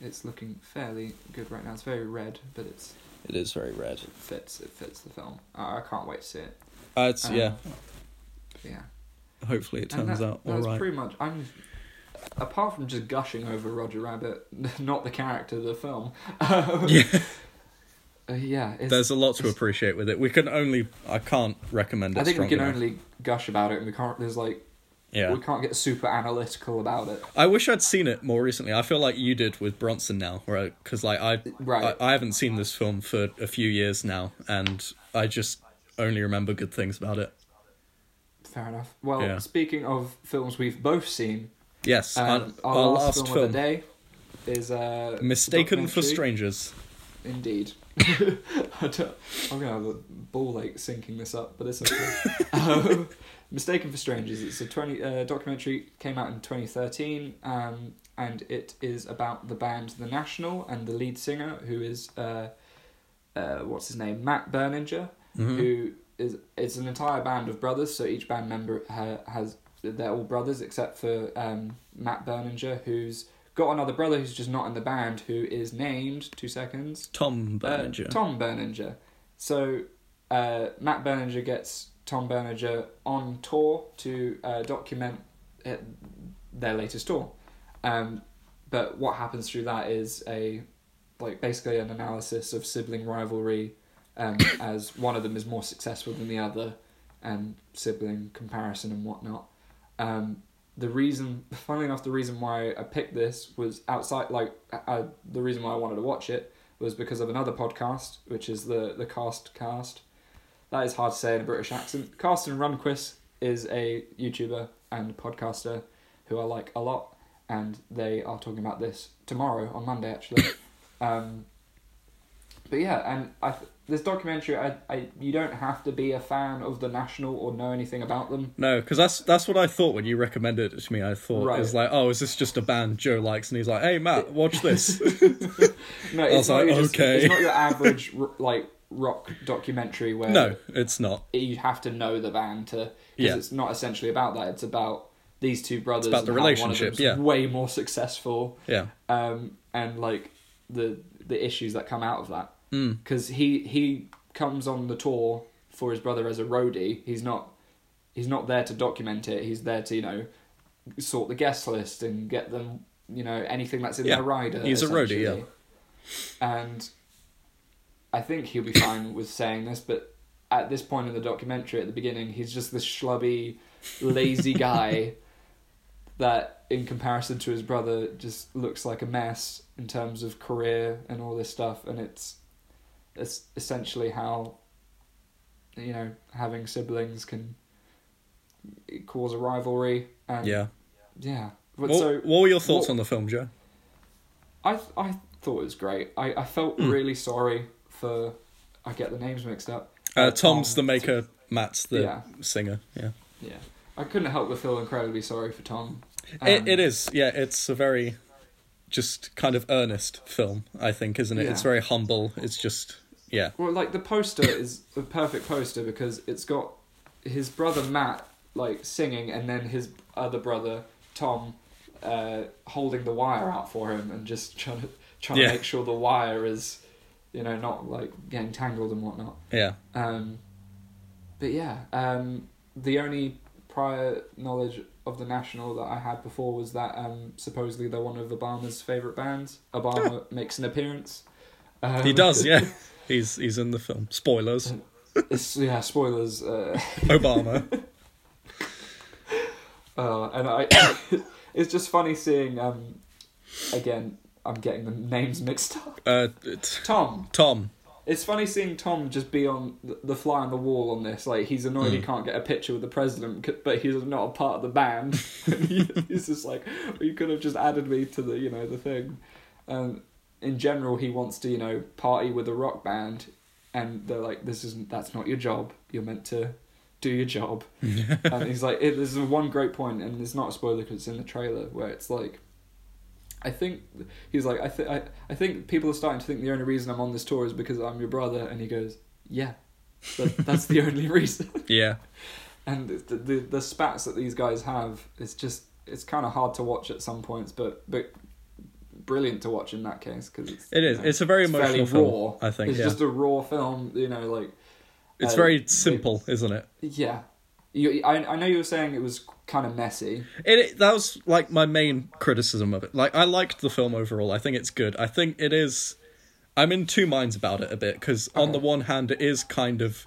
[SPEAKER 1] it's looking fairly good right now. It's very red, but it's
[SPEAKER 2] It is very red.
[SPEAKER 1] it fits it fits the film. I, I can't wait to see it.
[SPEAKER 2] Uh, it's
[SPEAKER 1] Um,
[SPEAKER 2] yeah.
[SPEAKER 1] Yeah.
[SPEAKER 2] Hopefully it
[SPEAKER 1] And
[SPEAKER 2] turns
[SPEAKER 1] that-
[SPEAKER 2] out all
[SPEAKER 1] That's
[SPEAKER 2] right.
[SPEAKER 1] pretty much. I'm apart from just gushing over Roger Rabbit, not the character, the film. Um,
[SPEAKER 2] yeah,
[SPEAKER 1] Uh, yeah. It's,
[SPEAKER 2] there's a lot to
[SPEAKER 1] it's-
[SPEAKER 2] appreciate with it. We can only I can't recommend it.
[SPEAKER 1] I think we
[SPEAKER 2] strongly
[SPEAKER 1] can
[SPEAKER 2] enough.
[SPEAKER 1] only gush about it, and we can't. There's like
[SPEAKER 2] Yeah,
[SPEAKER 1] we can't get super analytical about it.
[SPEAKER 2] I wish I'd seen it more recently. I feel like you did with Bronson now, right? Because like I,
[SPEAKER 1] Right.
[SPEAKER 2] I, I haven't seen this film for a few years now, and I just only remember good things about it.
[SPEAKER 1] Fair enough. Well,
[SPEAKER 2] Yeah.
[SPEAKER 1] speaking of films we've both seen,
[SPEAKER 2] Yes,
[SPEAKER 1] um,
[SPEAKER 2] our, our last,
[SPEAKER 1] film,
[SPEAKER 2] film,
[SPEAKER 1] of the day is uh,
[SPEAKER 2] Mistaken for
[SPEAKER 1] documentary.
[SPEAKER 2] Strangers.
[SPEAKER 1] Indeed. I don't, I'm gonna have a ball ache syncing this up, but it's okay. um, Mistaken for Strangers. It's a 20 uh, documentary came out in 2013, um, and it is about the band The National and the lead singer, who is uh, uh, what's his name, Matt Berninger,
[SPEAKER 2] Mm-hmm.
[SPEAKER 1] who is it's an entire band of brothers. So each band member ha- has they're all brothers except for um, Matt Berninger, who's got another brother who's just not in the band, who is named two seconds.
[SPEAKER 2] Tom
[SPEAKER 1] Uh,
[SPEAKER 2] Berninger.
[SPEAKER 1] Tom Berninger. So uh, Matt Berninger gets Tom Berninger on tour to uh, document uh, their latest tour. Um, but what happens through that is a like basically an analysis of sibling rivalry um, as one of them is more successful than the other and sibling comparison and whatnot. Um, the reason, funnily enough, the reason why I picked this was outside, like, I, I, the reason why I wanted to watch it was because of another podcast, which is the, the Cast Cast. That is hard to say in a British accent. Carsten Runquist is a YouTuber and podcaster who I like a lot, and they are talking about this tomorrow, on Monday, actually. um, but yeah, and I th- this documentary, I, I you don't have to be a fan of the National or know anything about them.
[SPEAKER 2] No, because that's that's what I thought when you recommended it to me. I thought
[SPEAKER 1] Right.
[SPEAKER 2] it was like, oh, is this just a band Joe likes? And he's like, hey, Matt, watch this.
[SPEAKER 1] No,
[SPEAKER 2] was
[SPEAKER 1] it's not
[SPEAKER 2] like,
[SPEAKER 1] your just,
[SPEAKER 2] okay.
[SPEAKER 1] it's not your average r- like rock documentary where
[SPEAKER 2] no, it's not.
[SPEAKER 1] you have to know the band to because
[SPEAKER 2] Yeah.
[SPEAKER 1] it's not essentially about that. It's about these two brothers.
[SPEAKER 2] about the
[SPEAKER 1] and how
[SPEAKER 2] relationship,
[SPEAKER 1] One of them's
[SPEAKER 2] yeah.
[SPEAKER 1] way more successful,
[SPEAKER 2] Yeah,
[SPEAKER 1] um, and like the the issues that come out of that.
[SPEAKER 2] Mm.
[SPEAKER 1] Because he he comes on the tour for his brother as a roadie. He's not he's not there to document it. He's there to you know sort the guest list and get them you know anything that's in
[SPEAKER 2] Yeah.
[SPEAKER 1] their rider.
[SPEAKER 2] He's a roadie, yeah.
[SPEAKER 1] essentially. And I think he'll be fine with saying this, but at this point in the documentary, at the beginning, he's just this schlubby, lazy guy that, in comparison to his brother, just looks like a mess in terms of career and all this stuff. And it's, it's essentially how, you know, having siblings can cause a rivalry. And
[SPEAKER 2] yeah.
[SPEAKER 1] Yeah. But
[SPEAKER 2] What,
[SPEAKER 1] so
[SPEAKER 2] what were your thoughts
[SPEAKER 1] what-
[SPEAKER 2] on the film, Joe?
[SPEAKER 1] I th- I thought it was great. I, I felt
[SPEAKER 2] Hmm.
[SPEAKER 1] really sorry for I get the names mixed up.
[SPEAKER 2] Uh, Tom's the maker, Matt's the
[SPEAKER 1] Yeah.
[SPEAKER 2] singer. Yeah,
[SPEAKER 1] Yeah, I couldn't help but feel incredibly sorry for Tom.
[SPEAKER 2] it,
[SPEAKER 1] Um,
[SPEAKER 2] it is. Yeah, it's a very just kind of earnest film. I think, isn't it? It's
[SPEAKER 1] Yeah.
[SPEAKER 2] very humble. It's just yeah,
[SPEAKER 1] Well, like the poster is a perfect poster because it's got his brother Matt like singing, and then his other brother Tom uh, holding the wire out for him and just trying to trying
[SPEAKER 2] Yeah.
[SPEAKER 1] to make sure the wire is, you know, not like getting tangled and whatnot.
[SPEAKER 2] yeah.
[SPEAKER 1] Um, but yeah, um, the only prior knowledge of the National that I had before was that um, supposedly they're one of Obama's favorite bands. Obama makes an appearance. Um,
[SPEAKER 2] He does. Yeah, he's he's in the film. Spoilers.
[SPEAKER 1] it's- yeah, spoilers. Uh,
[SPEAKER 2] Obama.
[SPEAKER 1] uh, and I, it's just funny seeing. Um, again, I'm getting the names mixed up.
[SPEAKER 2] Uh, it's
[SPEAKER 1] Tom.
[SPEAKER 2] Tom.
[SPEAKER 1] It's funny seeing Tom just be on the- the fly on the wall on this. Like he's annoyed he can't get a picture with the president, c- but he's not a part of the band. he's just like, you could have just added me to the, you know, the thing. Um, in general, he wants to, you know, party with a rock band, and they're like, this isn't, that's not your job. You're meant to do your job. and he's like, it, there's one great point, and it's not a spoiler because it's in the trailer where it's like, I think he's like, I, th- I, I think people are starting to think the only reason I'm on this tour is because I'm your brother. And he goes, Yeah, that, that's the only reason.
[SPEAKER 2] Yeah.
[SPEAKER 1] And the, the the spats that these guys have, it's just it's kind of hard to watch at some points, but but brilliant to watch in that case because it's
[SPEAKER 2] It is.
[SPEAKER 1] you know,
[SPEAKER 2] It's a very
[SPEAKER 1] fairly
[SPEAKER 2] emotional film.
[SPEAKER 1] raw.
[SPEAKER 2] I think.
[SPEAKER 1] it's
[SPEAKER 2] yeah.
[SPEAKER 1] just a raw film, you know, like
[SPEAKER 2] it's
[SPEAKER 1] uh,
[SPEAKER 2] very simple, isn't it?
[SPEAKER 1] yeah. You, I I know you were saying it was kind of messy.
[SPEAKER 2] It, it that was like my main criticism of it. Like I liked the film overall. I think it's good. I think it is. I'm in two minds about it a bit because on the one hand it is kind of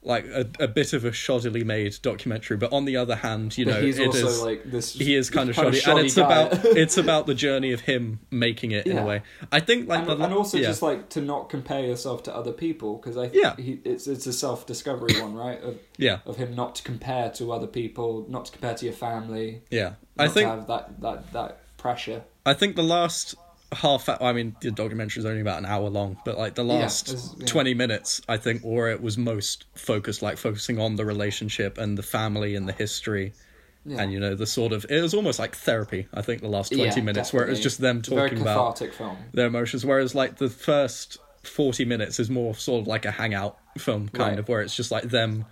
[SPEAKER 2] like a, a bit of a shoddily made documentary, but on the other hand, you
[SPEAKER 1] But
[SPEAKER 2] know,
[SPEAKER 1] he's
[SPEAKER 2] it
[SPEAKER 1] also
[SPEAKER 2] is-
[SPEAKER 1] like this.
[SPEAKER 2] he is kind of
[SPEAKER 1] kind of
[SPEAKER 2] shoddy,
[SPEAKER 1] shoddy
[SPEAKER 2] and it's
[SPEAKER 1] guy.
[SPEAKER 2] about it's about the journey of him making it in
[SPEAKER 1] Yeah.
[SPEAKER 2] a way. I think
[SPEAKER 1] and,
[SPEAKER 2] like the,
[SPEAKER 1] and also
[SPEAKER 2] yeah.
[SPEAKER 1] just like to not compare yourself to other people because I
[SPEAKER 2] Yeah.
[SPEAKER 1] think he, it's it's a self discovery one, right? Of,
[SPEAKER 2] yeah
[SPEAKER 1] of him not to compare to other people, not to compare to your family.
[SPEAKER 2] yeah.
[SPEAKER 1] Not
[SPEAKER 2] I think
[SPEAKER 1] to have that that that pressure.
[SPEAKER 2] I think the last half. I mean, the documentary is only about an hour long, but like the last
[SPEAKER 1] it's- yeah.
[SPEAKER 2] twenty minutes, I think, where it was most focused, like focusing on the relationship and the family and the history,
[SPEAKER 1] Yeah.
[SPEAKER 2] and you know the sort of. It was almost like therapy. I think the last twenty
[SPEAKER 1] Yeah,
[SPEAKER 2] minutes, where it was
[SPEAKER 1] definitely.
[SPEAKER 2] just them
[SPEAKER 1] It's a very
[SPEAKER 2] talking about
[SPEAKER 1] cathartic film.
[SPEAKER 2] their emotions, whereas like the first forty minutes is more sort of like a hangout film kind
[SPEAKER 1] Right.
[SPEAKER 2] of, where it's just like them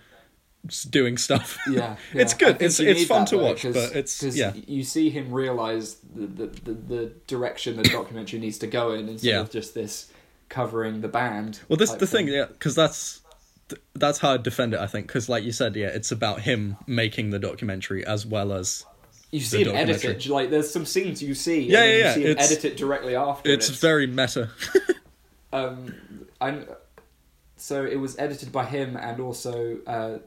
[SPEAKER 2] just doing stuff.
[SPEAKER 1] Yeah,
[SPEAKER 2] It's
[SPEAKER 1] yeah.
[SPEAKER 2] good.
[SPEAKER 1] I think
[SPEAKER 2] It's-
[SPEAKER 1] you
[SPEAKER 2] it's
[SPEAKER 1] need
[SPEAKER 2] fun
[SPEAKER 1] that,
[SPEAKER 2] to
[SPEAKER 1] though,
[SPEAKER 2] watch,
[SPEAKER 1] 'cause-
[SPEAKER 2] but it's-
[SPEAKER 1] 'cause
[SPEAKER 2] yeah.
[SPEAKER 1] You see him realize the the, the, the direction the documentary needs to go in instead
[SPEAKER 2] Yeah.
[SPEAKER 1] of just this covering the band.
[SPEAKER 2] Well, this
[SPEAKER 1] type
[SPEAKER 2] the thing, yeah, because that's th- that's how I defend it. I think because, like you said, yeah, it's about him making the documentary as well as
[SPEAKER 1] You see him edit
[SPEAKER 2] documentary.
[SPEAKER 1] it. Like there's some scenes you see.
[SPEAKER 2] Yeah,
[SPEAKER 1] and then
[SPEAKER 2] yeah, yeah,
[SPEAKER 1] You see him
[SPEAKER 2] it's-
[SPEAKER 1] edit it directly after. and
[SPEAKER 2] it's very meta.
[SPEAKER 1] um, and so it was edited by him and also uh,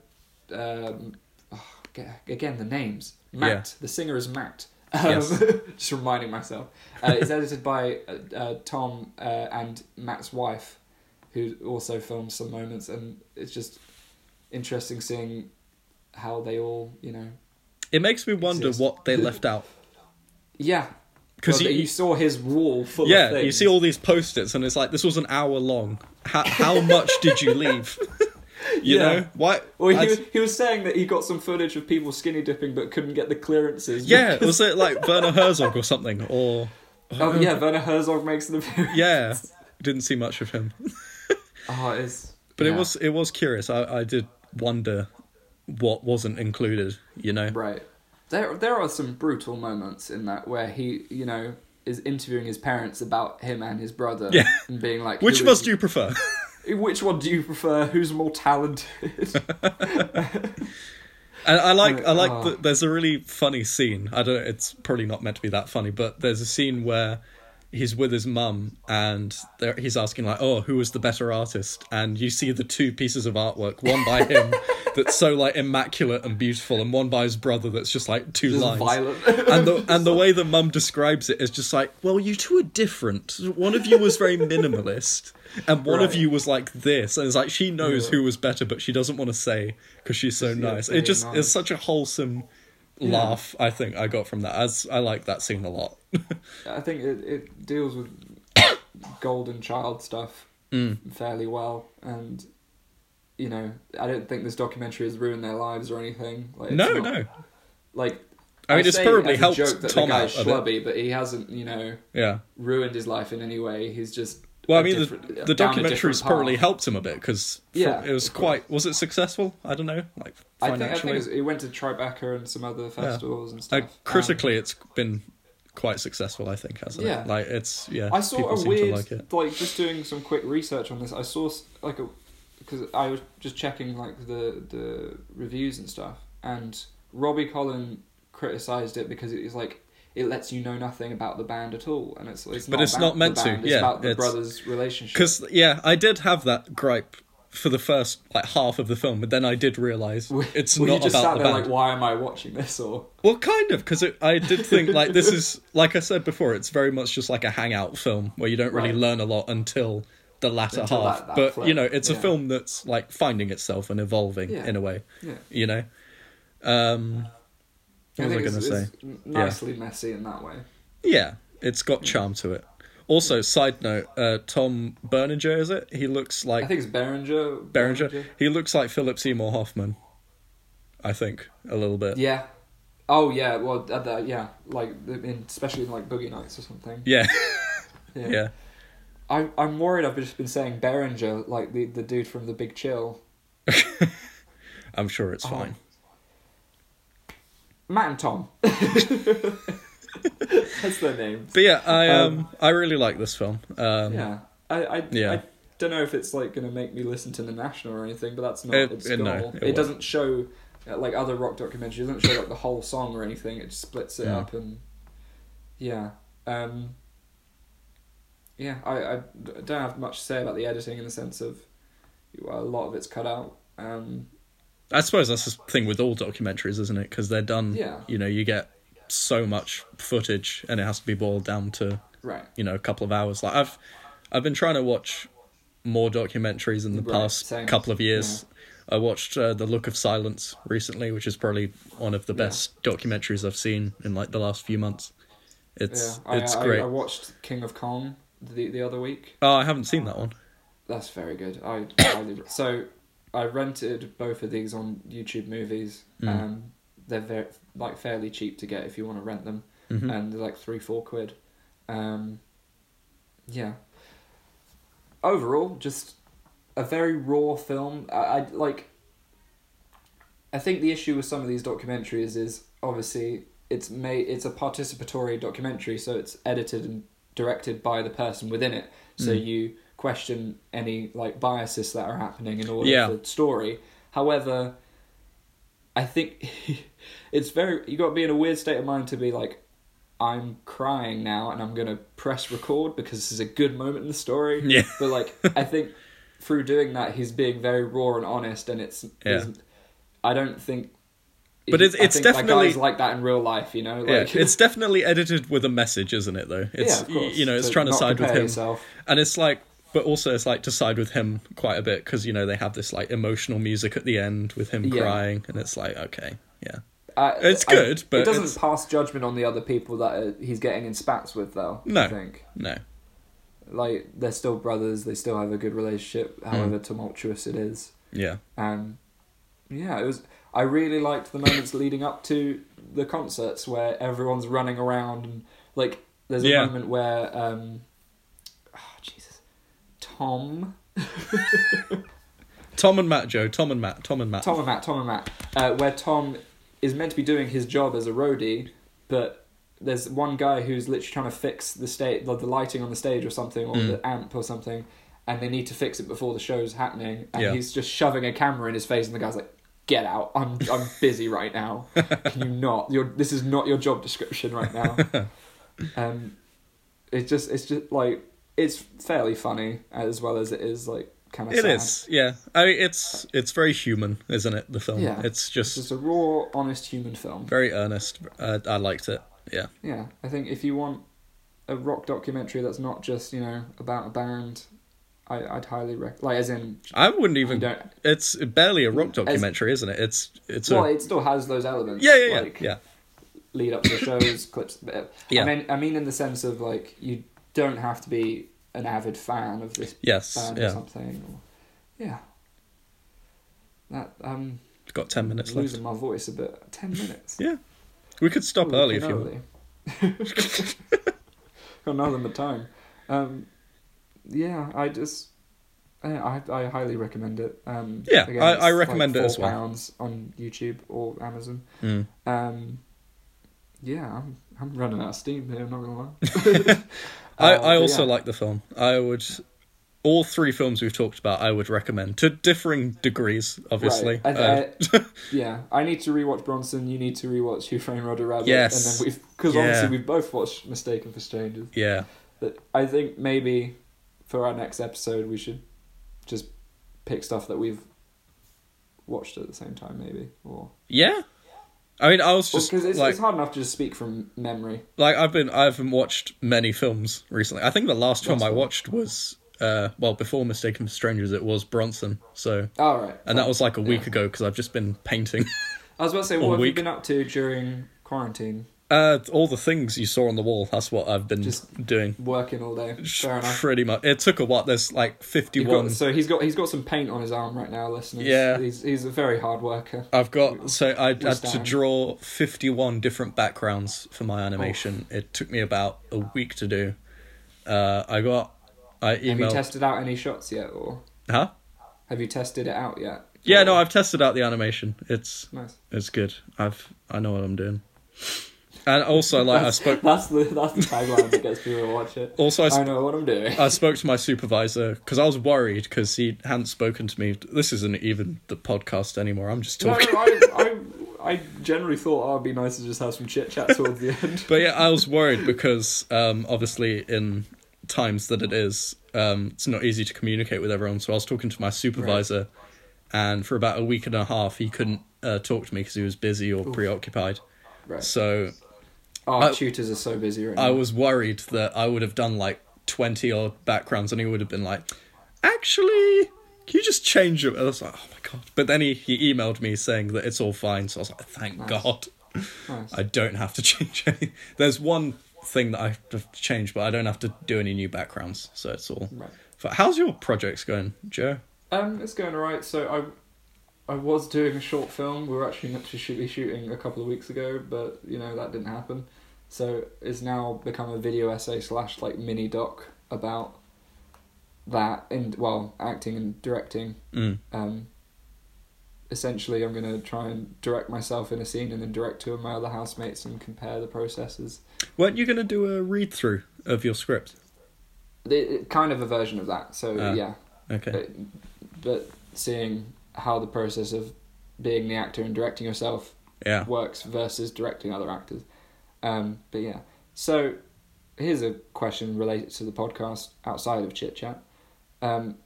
[SPEAKER 1] um, oh, g- again the names Matt the singer is Matt um,
[SPEAKER 2] Yes.
[SPEAKER 1] just reminding myself uh, it's edited by uh, uh, Tom uh, and Matt's wife who also filmed some moments and it's just interesting seeing how they all you know
[SPEAKER 2] It makes me wonder
[SPEAKER 1] Exist.
[SPEAKER 2] what they left out
[SPEAKER 1] yeah
[SPEAKER 2] because
[SPEAKER 1] Well,
[SPEAKER 2] you,
[SPEAKER 1] you saw his wall full of
[SPEAKER 2] yeah,
[SPEAKER 1] things.
[SPEAKER 2] you see all these post-its and it's like this was an hour long. How how much did you leave? you
[SPEAKER 1] Yeah.
[SPEAKER 2] know why?
[SPEAKER 1] Well, he was,
[SPEAKER 2] I'd-
[SPEAKER 1] he was saying that he got some footage of people skinny dipping but couldn't get the clearances.
[SPEAKER 2] yeah, was it like Werner Herzog or something? Or
[SPEAKER 1] Oh yeah, Werner Herzog makes an appearance.
[SPEAKER 2] uh, yeah, didn't see much of him.
[SPEAKER 1] Oh, it's.
[SPEAKER 2] But it
[SPEAKER 1] yeah,
[SPEAKER 2] was it was curious. I, I did wonder what wasn't included. You know.
[SPEAKER 1] right. There, there are some brutal moments in that where he, you know, is interviewing his parents about him and his brother,
[SPEAKER 2] Yeah.
[SPEAKER 1] and being like,
[SPEAKER 2] Which
[SPEAKER 1] "Who
[SPEAKER 2] of
[SPEAKER 1] is-
[SPEAKER 2] us do you prefer?
[SPEAKER 1] Which one do you prefer? Who's more talented?"
[SPEAKER 2] And I like I like
[SPEAKER 1] oh.
[SPEAKER 2] that there's a really funny scene. I don't know, it's probably not meant to be that funny, but there's a scene where he's with his mum and they're- he's asking like, "Oh, who was the better artist?" And you see the two pieces of artwork, one by him that's so like immaculate and beautiful and one by his brother that's just like two
[SPEAKER 1] Just
[SPEAKER 2] lines.
[SPEAKER 1] violent.
[SPEAKER 2] And the and the way the mum describes it is just like, "Well, you two are different. One of you was very minimalist." And one of
[SPEAKER 1] Right.
[SPEAKER 2] you was like this, and it's like she knows who was better, but she doesn't want to say because she's so
[SPEAKER 1] Yeah,
[SPEAKER 2] nice.
[SPEAKER 1] really
[SPEAKER 2] It just
[SPEAKER 1] nice.
[SPEAKER 2] is such a wholesome laugh I think I got from that. As I like that scene a lot.
[SPEAKER 1] I think it, it deals with golden child stuff
[SPEAKER 2] Mm.
[SPEAKER 1] fairly well, and you know, I don't think this documentary has ruined their lives or anything. Like, it's
[SPEAKER 2] no,
[SPEAKER 1] not-
[SPEAKER 2] no.
[SPEAKER 1] Like,
[SPEAKER 2] I mean, it's
[SPEAKER 1] say
[SPEAKER 2] probably
[SPEAKER 1] as a
[SPEAKER 2] helped
[SPEAKER 1] joke that
[SPEAKER 2] Tom
[SPEAKER 1] the guy's
[SPEAKER 2] out a bit.
[SPEAKER 1] schlubby, but he hasn't, you know,
[SPEAKER 2] Yeah.
[SPEAKER 1] ruined his life in any way. He's just
[SPEAKER 2] Well,
[SPEAKER 1] a
[SPEAKER 2] I mean,
[SPEAKER 1] different-
[SPEAKER 2] the,
[SPEAKER 1] down
[SPEAKER 2] the
[SPEAKER 1] a
[SPEAKER 2] documentary's
[SPEAKER 1] different
[SPEAKER 2] probably
[SPEAKER 1] path.
[SPEAKER 2] helped him a bit because
[SPEAKER 1] Yeah,
[SPEAKER 2] it was
[SPEAKER 1] of course.
[SPEAKER 2] quite. Was it successful? I don't know. Like
[SPEAKER 1] I think, I
[SPEAKER 2] financially,
[SPEAKER 1] think it was- he went to Tribeca and some other festivals and stuff. Um,
[SPEAKER 2] like Uh, critically, it's been quite successful. I think hasn't
[SPEAKER 1] Yeah.
[SPEAKER 2] it? Like it's yeah.
[SPEAKER 1] I saw
[SPEAKER 2] people
[SPEAKER 1] a
[SPEAKER 2] seem
[SPEAKER 1] weird,
[SPEAKER 2] to
[SPEAKER 1] like,
[SPEAKER 2] like it.
[SPEAKER 1] just doing some quick research on this. I saw s- like a because I was just checking like the the reviews and stuff, and Robbie Collin criticized it because it is like it lets you know nothing about the band at all, and it's, it's
[SPEAKER 2] But
[SPEAKER 1] not
[SPEAKER 2] it's
[SPEAKER 1] about
[SPEAKER 2] not meant
[SPEAKER 1] the
[SPEAKER 2] to,
[SPEAKER 1] band, It's
[SPEAKER 2] yeah,
[SPEAKER 1] about the
[SPEAKER 2] it's-
[SPEAKER 1] brothers' relationship.
[SPEAKER 2] Because yeah, I did have that gripe for the first like half of the film, but then I did realize it's
[SPEAKER 1] Well,
[SPEAKER 2] not
[SPEAKER 1] you just
[SPEAKER 2] about
[SPEAKER 1] sat
[SPEAKER 2] the
[SPEAKER 1] there
[SPEAKER 2] band.
[SPEAKER 1] like, why am I watching this? Or
[SPEAKER 2] Well, kind of, because I did think like this is like I said before, it's very much just like a hangout film where you don't really
[SPEAKER 1] Right.
[SPEAKER 2] learn a lot until the latter
[SPEAKER 1] Until
[SPEAKER 2] half.
[SPEAKER 1] that- that
[SPEAKER 2] but you
[SPEAKER 1] flip,
[SPEAKER 2] know, it's a
[SPEAKER 1] yeah.
[SPEAKER 2] film that's like finding itself and evolving
[SPEAKER 1] Yeah.
[SPEAKER 2] in a way.
[SPEAKER 1] Yeah.
[SPEAKER 2] You know. Um, what was I
[SPEAKER 1] think it's-
[SPEAKER 2] gonna say?
[SPEAKER 1] it's n- nicely messy in that way.
[SPEAKER 2] Yeah, it's got charm to it. Also, side note, uh, Tom Berninger is it? He looks
[SPEAKER 1] I
[SPEAKER 2] like
[SPEAKER 1] think it's Berenger.
[SPEAKER 2] Berninger. He looks like Philip Seymour Hoffman. I think a little bit.
[SPEAKER 1] Yeah. Oh yeah. Well, at the, yeah. Like in, especially in like Boogie Nights or something.
[SPEAKER 2] Yeah.
[SPEAKER 1] Yeah.
[SPEAKER 2] yeah.
[SPEAKER 1] I, I'm worried. I've just been saying Berenger, like the the dude from The Big Chill.
[SPEAKER 2] I'm sure
[SPEAKER 1] Oh.
[SPEAKER 2] it's fine.
[SPEAKER 1] Matt and Tom. That's their names.
[SPEAKER 2] But yeah, I um, I really like this film. Um,
[SPEAKER 1] Yeah. I I,
[SPEAKER 2] Yeah.
[SPEAKER 1] I don't know if it's like gonna make me listen to the National or anything, but that's not
[SPEAKER 2] It-
[SPEAKER 1] its
[SPEAKER 2] it-
[SPEAKER 1] goal.
[SPEAKER 2] no, it
[SPEAKER 1] it
[SPEAKER 2] won't.
[SPEAKER 1] doesn't show uh, like other rock documentaries. It doesn't show like the whole song or anything. It just splits it
[SPEAKER 2] Yeah.
[SPEAKER 1] up and yeah. Um, yeah, I, I d- don't have much to say about the editing in the sense of well, a lot of it's cut out. Um,
[SPEAKER 2] I suppose that's the thing with all documentaries, isn't it? Because they're done.
[SPEAKER 1] Yeah.
[SPEAKER 2] You know, you get so much footage, and it has to be boiled down to
[SPEAKER 1] right.
[SPEAKER 2] you know a couple of hours. Like I've I've been trying to watch more documentaries in the
[SPEAKER 1] Right,
[SPEAKER 2] past
[SPEAKER 1] same.
[SPEAKER 2] couple of years. I watched uh, The Look of Silence recently, which is probably one of the best documentaries I've seen in like the last few months.
[SPEAKER 1] Yeah,
[SPEAKER 2] It's
[SPEAKER 1] I,
[SPEAKER 2] it's
[SPEAKER 1] I,
[SPEAKER 2] great.
[SPEAKER 1] I watched King of Kong the the other week.
[SPEAKER 2] oh, I haven't seen that one.
[SPEAKER 1] That's very good. I highly re- so I rented both of these on YouTube Movies. Um, they're very like fairly cheap to get if you want to rent them, and they're like three four quid. Um, yeah. Overall, just a very raw film. I, I like. I think the issue with some of these documentaries is obviously it's made it's a participatory documentary, so it's edited and directed by the person within it. So you question any like biases that are happening in order
[SPEAKER 2] Yeah.
[SPEAKER 1] for the story. However, I think it's very you got to be in a weird state of mind to be like, I'm crying now and I'm gonna press record because this is a good moment in the story.
[SPEAKER 2] Yeah.
[SPEAKER 1] But like, I think through doing that, he's being very raw and honest, and it's.
[SPEAKER 2] Yeah.
[SPEAKER 1] there's- I don't think.
[SPEAKER 2] But it's-
[SPEAKER 1] I
[SPEAKER 2] it's
[SPEAKER 1] think that
[SPEAKER 2] definitely-
[SPEAKER 1] guys like that in real life, you know.
[SPEAKER 2] Yeah,
[SPEAKER 1] Like,
[SPEAKER 2] it's definitely edited with a message, isn't it? Though
[SPEAKER 1] Yeah,
[SPEAKER 2] it's
[SPEAKER 1] of
[SPEAKER 2] y-
[SPEAKER 1] course,
[SPEAKER 2] you know it's trying to
[SPEAKER 1] not
[SPEAKER 2] side with
[SPEAKER 1] compare
[SPEAKER 2] him,
[SPEAKER 1] yourself.
[SPEAKER 2] and it's like, but also it's like to side with him quite a bit because you know they have this like emotional music at the end with him
[SPEAKER 1] Yeah.
[SPEAKER 2] crying, and it's like okay, yeah,
[SPEAKER 1] I-
[SPEAKER 2] It's
[SPEAKER 1] I-
[SPEAKER 2] good, but
[SPEAKER 1] it doesn't
[SPEAKER 2] it's-
[SPEAKER 1] pass judgment on the other people that uh he's getting in spats with, though.
[SPEAKER 2] No.
[SPEAKER 1] I think
[SPEAKER 2] no,
[SPEAKER 1] like they're still brothers. They still have a good relationship, however tumultuous it is.
[SPEAKER 2] yeah,
[SPEAKER 1] Um, yeah, it was. I really liked the moments leading up to the concerts where everyone's running around and like there's a
[SPEAKER 2] Yeah.
[SPEAKER 1] moment where um, oh, Jesus, Tom,
[SPEAKER 2] Tom and Matt, Joe, Tom and Matt, Tom and Matt,
[SPEAKER 1] Tom and Matt, Tom and Matt, uh, where Tom is meant to be doing his job as a roadie, but there's one guy who's literally trying to fix the state, the, the lighting on the stage or something,
[SPEAKER 2] Mm.
[SPEAKER 1] or the amp or something, and they need to fix it before the show's happening, and
[SPEAKER 2] Yeah.
[SPEAKER 1] he's just shoving a camera in his face, and the guy's like. Get out! I'm I'm busy right now. Can you not? Your this is not your job description right now. Um, it's just it's just like it's fairly funny as well as it is like kind of.
[SPEAKER 2] It is, yeah. I mean, it's it's very human, isn't it? The film,
[SPEAKER 1] Yeah.
[SPEAKER 2] it's
[SPEAKER 1] It's
[SPEAKER 2] just
[SPEAKER 1] just a raw, honest human film.
[SPEAKER 2] very earnest. Uh, I liked it. Yeah,
[SPEAKER 1] Yeah, I think if you want a rock documentary that's not just you know about a band, I, I'd highly recommend. Like as in,
[SPEAKER 2] I wouldn't even.
[SPEAKER 1] don't-
[SPEAKER 2] It's barely a rock documentary, isn't it? It's it's a
[SPEAKER 1] well, it still has those elements.
[SPEAKER 2] yeah yeah yeah
[SPEAKER 1] like,
[SPEAKER 2] yeah.
[SPEAKER 1] lead up to the shows, clips. Bit.
[SPEAKER 2] Yeah.
[SPEAKER 1] I mean, I mean, in the sense of like you don't have to be an avid fan of this
[SPEAKER 2] Yes,
[SPEAKER 1] band or
[SPEAKER 2] yeah.
[SPEAKER 1] something. Or, yeah. That um,
[SPEAKER 2] Got 10 minutes left.
[SPEAKER 1] losing my voice a bit. Ten minutes.
[SPEAKER 2] Yeah. We could stop
[SPEAKER 1] Ooh,
[SPEAKER 2] early if
[SPEAKER 1] fucking
[SPEAKER 2] you want.
[SPEAKER 1] early. Got nothing but time. Um, yeah, I just. I, I I highly recommend it. Um,
[SPEAKER 2] Yeah, I-
[SPEAKER 1] it's
[SPEAKER 2] I recommend it as
[SPEAKER 1] £4
[SPEAKER 2] well.
[SPEAKER 1] on YouTube or Amazon.
[SPEAKER 2] Mm.
[SPEAKER 1] Um, yeah, I'm, I'm running out of steam here. I'm not gonna lie.
[SPEAKER 2] I,
[SPEAKER 1] Uh,
[SPEAKER 2] I
[SPEAKER 1] but
[SPEAKER 2] also
[SPEAKER 1] yeah.
[SPEAKER 2] like the film. I would. All three films we've talked about, I would recommend to differing degrees, obviously.
[SPEAKER 1] Right. I-
[SPEAKER 2] Uh,
[SPEAKER 1] I- yeah, I need to rewatch Bronson. You need to rewatch Who Framed Roger Rabbit.
[SPEAKER 2] Yes.
[SPEAKER 1] and then we've because
[SPEAKER 2] Yeah.
[SPEAKER 1] obviously we've both watched Mistaken for Strangers.
[SPEAKER 2] yeah,
[SPEAKER 1] But I think maybe for our next episode we should just pick stuff that we've watched at the same time, maybe. Or
[SPEAKER 2] yeah. I mean, I was just
[SPEAKER 1] because it's,
[SPEAKER 2] like,
[SPEAKER 1] it's hard enough to just speak from memory.
[SPEAKER 2] like I've been, I haven't watched many films recently. I think the last film I watched was, uh, well, before Mistaken for Strangers, it was Bronson. So,
[SPEAKER 1] All right.
[SPEAKER 2] and that was like a week ago ago because I've just been painting.
[SPEAKER 1] I was about to say, what have
[SPEAKER 2] week.
[SPEAKER 1] you been up to during quarantine?
[SPEAKER 2] uh, all the things you saw on the wall. That's what I've been
[SPEAKER 1] Just-
[SPEAKER 2] doing.
[SPEAKER 1] Working all day. Fair enough.
[SPEAKER 2] Pretty much. It took a while. There's like
[SPEAKER 1] You've
[SPEAKER 2] 51
[SPEAKER 1] got, so he's got he's got some paint on his arm right now, listeners.
[SPEAKER 2] Yeah.
[SPEAKER 1] He's he's a very hard worker.
[SPEAKER 2] I've got so I had to
[SPEAKER 1] stand.
[SPEAKER 2] draw fifty-one different backgrounds for
[SPEAKER 1] Oh.
[SPEAKER 2] my animation. It took me about a week to do. Uh, I got I
[SPEAKER 1] Have you
[SPEAKER 2] emailed
[SPEAKER 1] tested out any shots yet, or
[SPEAKER 2] huh?
[SPEAKER 1] have you tested it out yet?
[SPEAKER 2] Yeah, no, I've tested out the animation. It's
[SPEAKER 1] Nice.
[SPEAKER 2] it's good. I've I know what I'm doing. And also, like I spoke,
[SPEAKER 1] That's the that's the tagline that gets people to watch it.
[SPEAKER 2] also I,
[SPEAKER 1] I
[SPEAKER 2] sp-
[SPEAKER 1] know what I'm doing.
[SPEAKER 2] I spoke to my supervisor because I was worried because he hadn't spoken to me. This isn't even the podcast anymore. I'm just
[SPEAKER 1] No,
[SPEAKER 2] talking.
[SPEAKER 1] no, I, I, I generally thought oh, it'd be nice to just have some chit chat towards the end.
[SPEAKER 2] But yeah, I was worried because um, obviously in times that it is, um, it's not easy to communicate with everyone. So I was talking to my supervisor, and for about a week and a half, he couldn't uh, talk to me because he was busy or preoccupied.
[SPEAKER 1] Right.
[SPEAKER 2] So
[SPEAKER 1] Our tutors are so busy right now.
[SPEAKER 2] I was worried that I would have done like twenty odd backgrounds, and he would have been like, "Actually, can you just change it?" I was like, "Oh my god!" But then he he emailed me saying that it's all fine. So I was like, "Thank God."
[SPEAKER 1] Nice.
[SPEAKER 2] I don't have to change any. There's one thing that I have to change, but I don't have to do any new backgrounds, so it's all.
[SPEAKER 1] Right.
[SPEAKER 2] But how's your projects going, Joe?
[SPEAKER 1] Um, it's going alright. So I, I was doing a short film. We were actually meant to shoot, be shooting a couple of weeks ago, but you know that didn't happen. So it's now become a video essay slash like mini doc about that and well acting and directing.
[SPEAKER 2] Mm.
[SPEAKER 1] Um, essentially, I'm gonna try and direct myself in a scene and then direct two of my other housemates and compare the processes.
[SPEAKER 2] Weren't you going to do a read through of your script?
[SPEAKER 1] It, it- kind of a version of that. So
[SPEAKER 2] Ah.
[SPEAKER 1] yeah,
[SPEAKER 2] Okay.
[SPEAKER 1] but seeing how the process of being the actor and directing yourself
[SPEAKER 2] Yeah.
[SPEAKER 1] works versus directing other actors. Um, but yeah, so here's a question related to the podcast outside of chit chat. Um,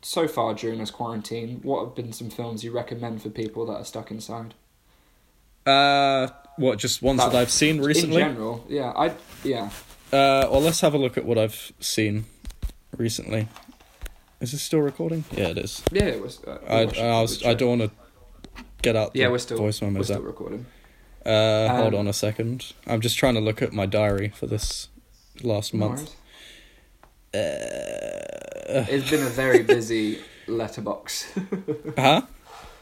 [SPEAKER 1] so far during this quarantine, what have been some films you recommend for people that are stuck inside?
[SPEAKER 2] Uh, what? Just ones that I've seen recently.
[SPEAKER 1] In general, yeah, I yeah.
[SPEAKER 2] Uh, well, let's have a look at what I've seen recently. Is this still recording? Yeah, it is.
[SPEAKER 1] Yeah, it was. Uh, we
[SPEAKER 2] I,
[SPEAKER 1] watched it,
[SPEAKER 2] I, was,
[SPEAKER 1] we
[SPEAKER 2] I
[SPEAKER 1] checked.
[SPEAKER 2] don't want to get out the
[SPEAKER 1] Yeah, we're still
[SPEAKER 2] voice
[SPEAKER 1] we're
[SPEAKER 2] memos
[SPEAKER 1] still
[SPEAKER 2] out.
[SPEAKER 1] recording.
[SPEAKER 2] Uh, hold
[SPEAKER 1] Um,
[SPEAKER 2] on a second. I'm just trying to look at my diary for this last
[SPEAKER 1] No
[SPEAKER 2] month. Uh,
[SPEAKER 1] worries. It's been a very busy letterbox.
[SPEAKER 2] uh, huh?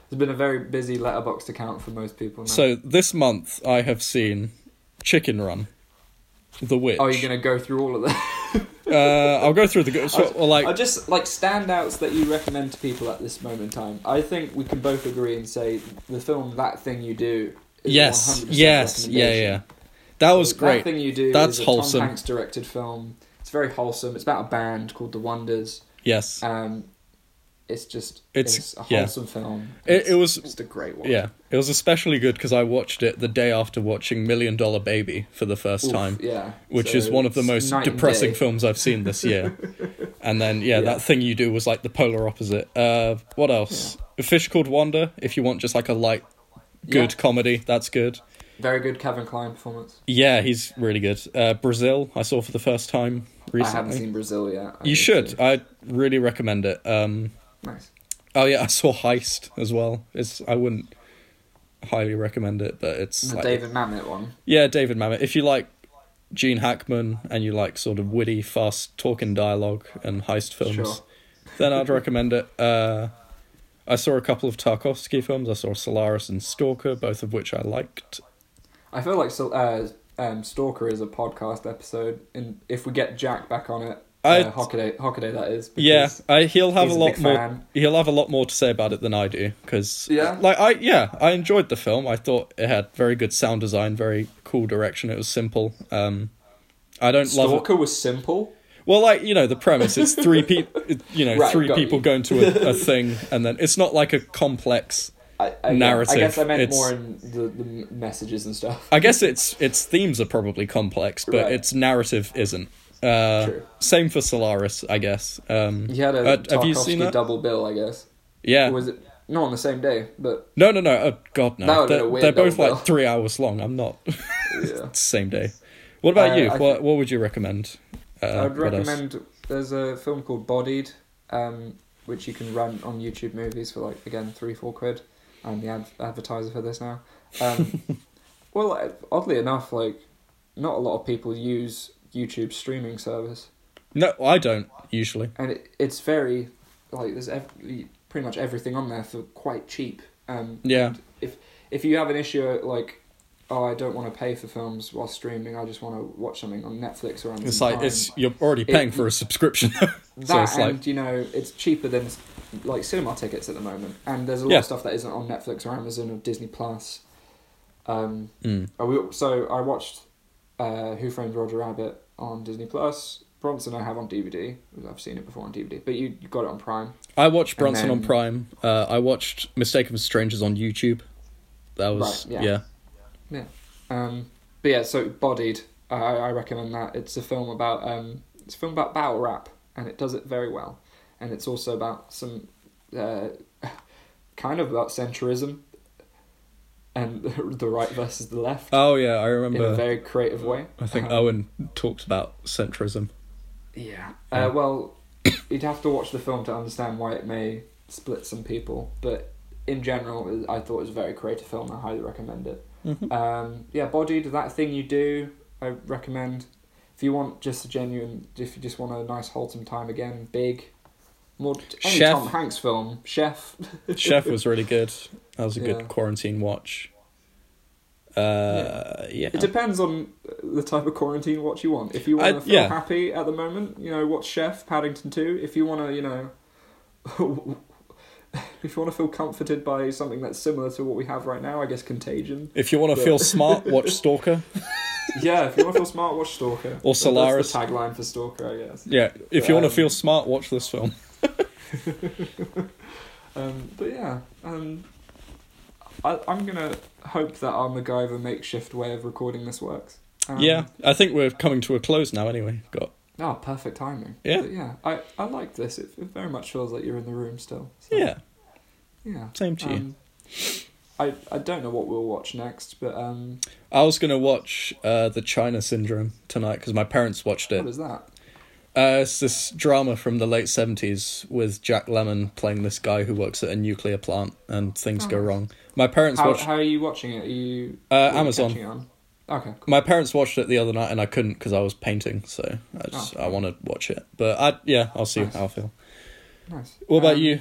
[SPEAKER 1] It's been a very busy letterbox account for most people now.
[SPEAKER 2] So this month I have seen Chicken Run, The Witch.
[SPEAKER 1] oh, you're gonna go through all of them.
[SPEAKER 2] uh, I'll go through the. go- So, or like,
[SPEAKER 1] I just like standouts that you recommend to people at this moment in time. I think we can both agree and say the film that thing you do. Is
[SPEAKER 2] yes,
[SPEAKER 1] 100%
[SPEAKER 2] yes, yeah,
[SPEAKER 1] recommendation.
[SPEAKER 2] yeah. That was
[SPEAKER 1] So
[SPEAKER 2] great.
[SPEAKER 1] That thing you do.
[SPEAKER 2] That's
[SPEAKER 1] is a
[SPEAKER 2] wholesome.
[SPEAKER 1] Tom Hanks directed film. It's very wholesome. It's about a band called The Wonders.
[SPEAKER 2] Yes,
[SPEAKER 1] Um, it's just
[SPEAKER 2] It's-
[SPEAKER 1] it's, a
[SPEAKER 2] yeah.
[SPEAKER 1] wholesome film.
[SPEAKER 2] it, it was.
[SPEAKER 1] just a great one.
[SPEAKER 2] Yeah, it was especially good because I watched it the day after watching Million Dollar Baby for the first
[SPEAKER 1] Oof,
[SPEAKER 2] time.
[SPEAKER 1] Yeah.
[SPEAKER 2] which
[SPEAKER 1] So
[SPEAKER 2] is one of the
[SPEAKER 1] it's
[SPEAKER 2] most
[SPEAKER 1] night and
[SPEAKER 2] depressing
[SPEAKER 1] day.
[SPEAKER 2] films I've seen this year. and then yeah,
[SPEAKER 1] Yeah.
[SPEAKER 2] that thing you do was like the polar opposite. Uh, what else? A Fish Called Wanda. If you want just like a light, good comedy, that's good.
[SPEAKER 1] Very good Kevin Kline performance.
[SPEAKER 2] Yeah, he's really good. Uh, Brazil, I saw for the first time
[SPEAKER 1] I haven't
[SPEAKER 2] recently.
[SPEAKER 1] seen Brazil yet. I
[SPEAKER 2] you
[SPEAKER 1] need
[SPEAKER 2] should. I really recommend it. Um,
[SPEAKER 1] to. Nice.
[SPEAKER 2] oh yeah, I saw Heist as well. It's I wouldn't. highly recommend it, but it's
[SPEAKER 1] The
[SPEAKER 2] like-
[SPEAKER 1] David Mamet one.
[SPEAKER 2] yeah, David Mamet. If you like Gene Hackman and you like sort of witty, fast talking dialogue and heist films,
[SPEAKER 1] Sure.
[SPEAKER 2] then I'd recommend it. Uh, I saw a couple of Tarkovsky films. I saw Solaris and Stalker, both of which I liked.
[SPEAKER 1] I feel like so, uh, um, Stalker is a podcast episode, and if we get Jack back on it,
[SPEAKER 2] I-
[SPEAKER 1] uh, Hockaday, Hockaday that is.
[SPEAKER 2] Yeah,
[SPEAKER 1] because
[SPEAKER 2] I, he'll have a
[SPEAKER 1] he's
[SPEAKER 2] lot
[SPEAKER 1] big
[SPEAKER 2] more.
[SPEAKER 1] fan.
[SPEAKER 2] He'll have a lot more to say about it than I do, because
[SPEAKER 1] Yeah?
[SPEAKER 2] like I yeah, I enjoyed the film. I thought it had very good sound design, very cool direction. It was simple. Um, I don't love it.
[SPEAKER 1] Stalker was simple.
[SPEAKER 2] Well, like you know, the premise it's three people, you know,
[SPEAKER 1] Right,
[SPEAKER 2] three
[SPEAKER 1] got
[SPEAKER 2] people
[SPEAKER 1] you.
[SPEAKER 2] going to a, a thing, and then it's not like a complex.
[SPEAKER 1] I, I,
[SPEAKER 2] Narrative,
[SPEAKER 1] I guess I meant
[SPEAKER 2] it's-
[SPEAKER 1] more in the, the messages and stuff.
[SPEAKER 2] I guess its its themes are probably complex, but
[SPEAKER 1] Right.
[SPEAKER 2] its narrative isn't. Uh,
[SPEAKER 1] True.
[SPEAKER 2] same for Solaris, I guess. Um,
[SPEAKER 1] He had a
[SPEAKER 2] uh,
[SPEAKER 1] Tarkovsky
[SPEAKER 2] have you seen that?
[SPEAKER 1] double bill, I guess.
[SPEAKER 2] yeah.
[SPEAKER 1] Or was it not on the same day? But
[SPEAKER 2] No, no, no. Oh God,
[SPEAKER 1] That
[SPEAKER 2] no.
[SPEAKER 1] would've been a
[SPEAKER 2] They're,
[SPEAKER 1] weird
[SPEAKER 2] they're both
[SPEAKER 1] double
[SPEAKER 2] like
[SPEAKER 1] bill.
[SPEAKER 2] three hours long. I'm not.
[SPEAKER 1] yeah.
[SPEAKER 2] Same day. What about
[SPEAKER 1] Uh,
[SPEAKER 2] you?
[SPEAKER 1] I
[SPEAKER 2] what What would you recommend? Uh,
[SPEAKER 1] I would
[SPEAKER 2] what else?
[SPEAKER 1] recommend there's a film called Bodied, um, which you can rent on YouTube Movies for like again three four quid. I'm the ad- advertiser for this now. Um, well, uh, oddly enough, like not a lot of people use YouTube streaming service,
[SPEAKER 2] No, I don't usually.
[SPEAKER 1] and it, it's very like there's ev- pretty much everything on there for quite cheap. Um,
[SPEAKER 2] Yeah.
[SPEAKER 1] if you have an issue like. Oh, I don't want to pay for films while streaming. I just want to watch something on Netflix or on.
[SPEAKER 2] It's
[SPEAKER 1] some
[SPEAKER 2] like
[SPEAKER 1] Prime.
[SPEAKER 2] it's you're already
[SPEAKER 1] It-
[SPEAKER 2] paying for a subscription. So
[SPEAKER 1] That
[SPEAKER 2] it's like-
[SPEAKER 1] and you know it's cheaper than like cinema tickets at the moment, and there's a lot
[SPEAKER 2] Yeah.
[SPEAKER 1] of stuff that isn't on Netflix or Amazon or Disney Plus. Um,
[SPEAKER 2] Mm.
[SPEAKER 1] I will- so I watched uh, Who Framed Roger Rabbit on Disney Plus. Bronson I have on DVD. I've seen it before on DVD, but you, you got it on Prime.
[SPEAKER 2] I watched
[SPEAKER 1] And
[SPEAKER 2] Bronson on
[SPEAKER 1] then-
[SPEAKER 2] Prime. Uh, I watched Mistaken for Strangers on YouTube. That was
[SPEAKER 1] Right,
[SPEAKER 2] yeah.
[SPEAKER 1] yeah. Um, but yeah, so Bodied, I, I recommend that. It's a film about um, it's a film about battle rap, and it does it very well. And it's also about some uh, kind of about centrism and the right versus the left
[SPEAKER 2] Oh yeah, I
[SPEAKER 1] in a
[SPEAKER 2] remember.
[SPEAKER 1] very creative way.
[SPEAKER 2] I think
[SPEAKER 1] Um,
[SPEAKER 2] Owen talked about centrism.
[SPEAKER 1] yeah.
[SPEAKER 2] Yeah.
[SPEAKER 1] Uh, well, you'd have to watch the film to understand why it may split some people, but in general, it- I thought it was a very creative film. I highly recommend it.
[SPEAKER 2] Mhm.
[SPEAKER 1] Um, yeah, Bodied, that thing you do, I recommend. If you want just a genuine, if you just want a nice wholesome time again, big, more any
[SPEAKER 2] Chef.
[SPEAKER 1] Tom Hanks film, Chef.
[SPEAKER 2] Chef was really good. That was a
[SPEAKER 1] Yeah.
[SPEAKER 2] good quarantine watch. Uh, yeah.
[SPEAKER 1] It depends on uh, the type of quarantine watch you want. If you want
[SPEAKER 2] I-
[SPEAKER 1] to feel
[SPEAKER 2] yeah.
[SPEAKER 1] happy at the moment, you know, watch Chef Paddington 2. If you want to, you know, if you want to feel comforted by something that's similar to what we have right now, I guess Contagion.
[SPEAKER 2] If you want to
[SPEAKER 1] But-
[SPEAKER 2] feel smart, watch Stalker.
[SPEAKER 1] Yeah, if you want to feel smart, watch Stalker.
[SPEAKER 2] Or Solaris.
[SPEAKER 1] That's the tagline for Stalker, I guess.
[SPEAKER 2] Yeah. If you want
[SPEAKER 1] Um,
[SPEAKER 2] to feel smart, watch this film.
[SPEAKER 1] Um, but yeah, um, I, I'm gonna hope that our MacGyver makeshift way of recording this works. Um,
[SPEAKER 2] yeah. I think we're coming to a close now. Anyway, got
[SPEAKER 1] Oh, perfect timing.
[SPEAKER 2] Yeah.
[SPEAKER 1] But yeah, I, I like this. It, it very much feels like you're in the room still. So,
[SPEAKER 2] yeah.
[SPEAKER 1] Yeah.
[SPEAKER 2] Same to you.
[SPEAKER 1] Um, I I don't know what we'll watch next, but um,
[SPEAKER 2] I was gonna watch uh, the China Syndrome tonight because my parents watched it.
[SPEAKER 1] what is that?
[SPEAKER 2] Uh, it's this drama from the late seventies with Jack Lemmon playing this guy who works at a nuclear plant and things go
[SPEAKER 1] Oh.
[SPEAKER 2] wrong. My parents
[SPEAKER 1] How,
[SPEAKER 2] watched
[SPEAKER 1] how are you watching it? Are you
[SPEAKER 2] uh,
[SPEAKER 1] are you
[SPEAKER 2] Amazon.
[SPEAKER 1] catching it on? Okay. Cool.
[SPEAKER 2] My parents watched it the other night and I couldn't because I was painting, so I just
[SPEAKER 1] Oh.
[SPEAKER 2] I want to watch it. But I yeah, I'll see
[SPEAKER 1] Nice.
[SPEAKER 2] how I feel.
[SPEAKER 1] Nice.
[SPEAKER 2] What about
[SPEAKER 1] Um,
[SPEAKER 2] you?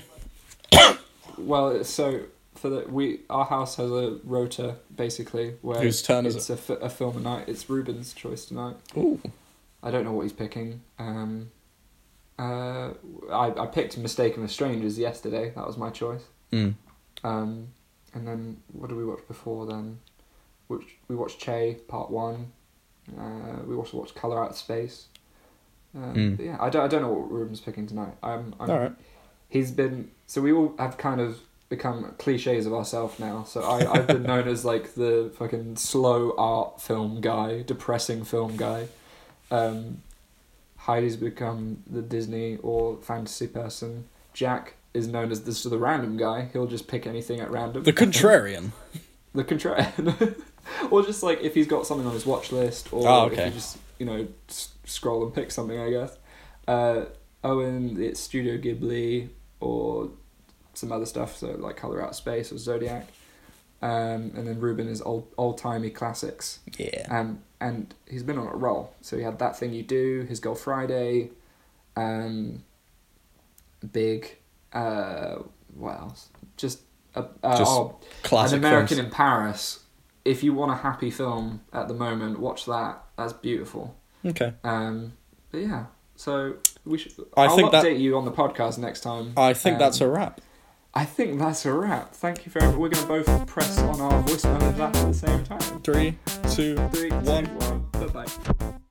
[SPEAKER 1] Well, it's- so for the we our house has a rota basically where
[SPEAKER 2] Whose turn is
[SPEAKER 1] uh, it's a, fi- a film a night. It's Ruben's choice tonight.
[SPEAKER 2] Ooh,
[SPEAKER 1] I don't know what he's picking. Um, uh, I I picked Mistaken for Strangers yesterday. That was my choice.
[SPEAKER 2] mm.
[SPEAKER 1] Um, and then what did we watch before then? Which we watched Che Part One. Uh, we also watched Color Out of Space. Um,
[SPEAKER 2] Hmm.
[SPEAKER 1] but yeah, I don't I don't know what Ruben's picking tonight. I'm, I'm
[SPEAKER 2] all right.
[SPEAKER 1] he's been so we all have kind of become cliches of ourselves now so I, i've been known as like the fucking slow art film guy depressing film guy um, heidi's become the disney or fantasy person jack is known as the, so the random guy he'll just pick anything at random
[SPEAKER 2] The Contrarian.
[SPEAKER 1] the contrarian or just like if he's got something on his watch list or
[SPEAKER 2] Oh,
[SPEAKER 1] if
[SPEAKER 2] okay.
[SPEAKER 1] you just you know s- scroll and pick something i guess uh, owen it's studio ghibli or some other stuff so like color out of space or zodiac um, and then Ruben is old old timey classics.
[SPEAKER 3] Yeah.
[SPEAKER 1] Um, and he's been on a roll. So he had that thing you do, his goal Friday, um, big, uh, what else? Just a, uh,
[SPEAKER 3] Just
[SPEAKER 1] oh,
[SPEAKER 3] Classic.
[SPEAKER 1] an American
[SPEAKER 3] films.
[SPEAKER 1] in Paris. If you want a happy film at the moment, watch that. That's beautiful.
[SPEAKER 3] Okay.
[SPEAKER 1] Um, but yeah, so we should.
[SPEAKER 3] I
[SPEAKER 1] I will
[SPEAKER 3] think
[SPEAKER 1] update
[SPEAKER 3] that-
[SPEAKER 1] you on the podcast next time.
[SPEAKER 3] I think that's
[SPEAKER 1] Um,
[SPEAKER 3] a wrap.
[SPEAKER 1] I think that's a wrap. Thank you very much. We're going to both press on our voice memo that at the same time.
[SPEAKER 3] Three, two,
[SPEAKER 1] Three, two,
[SPEAKER 3] One.
[SPEAKER 1] one. Bye bye.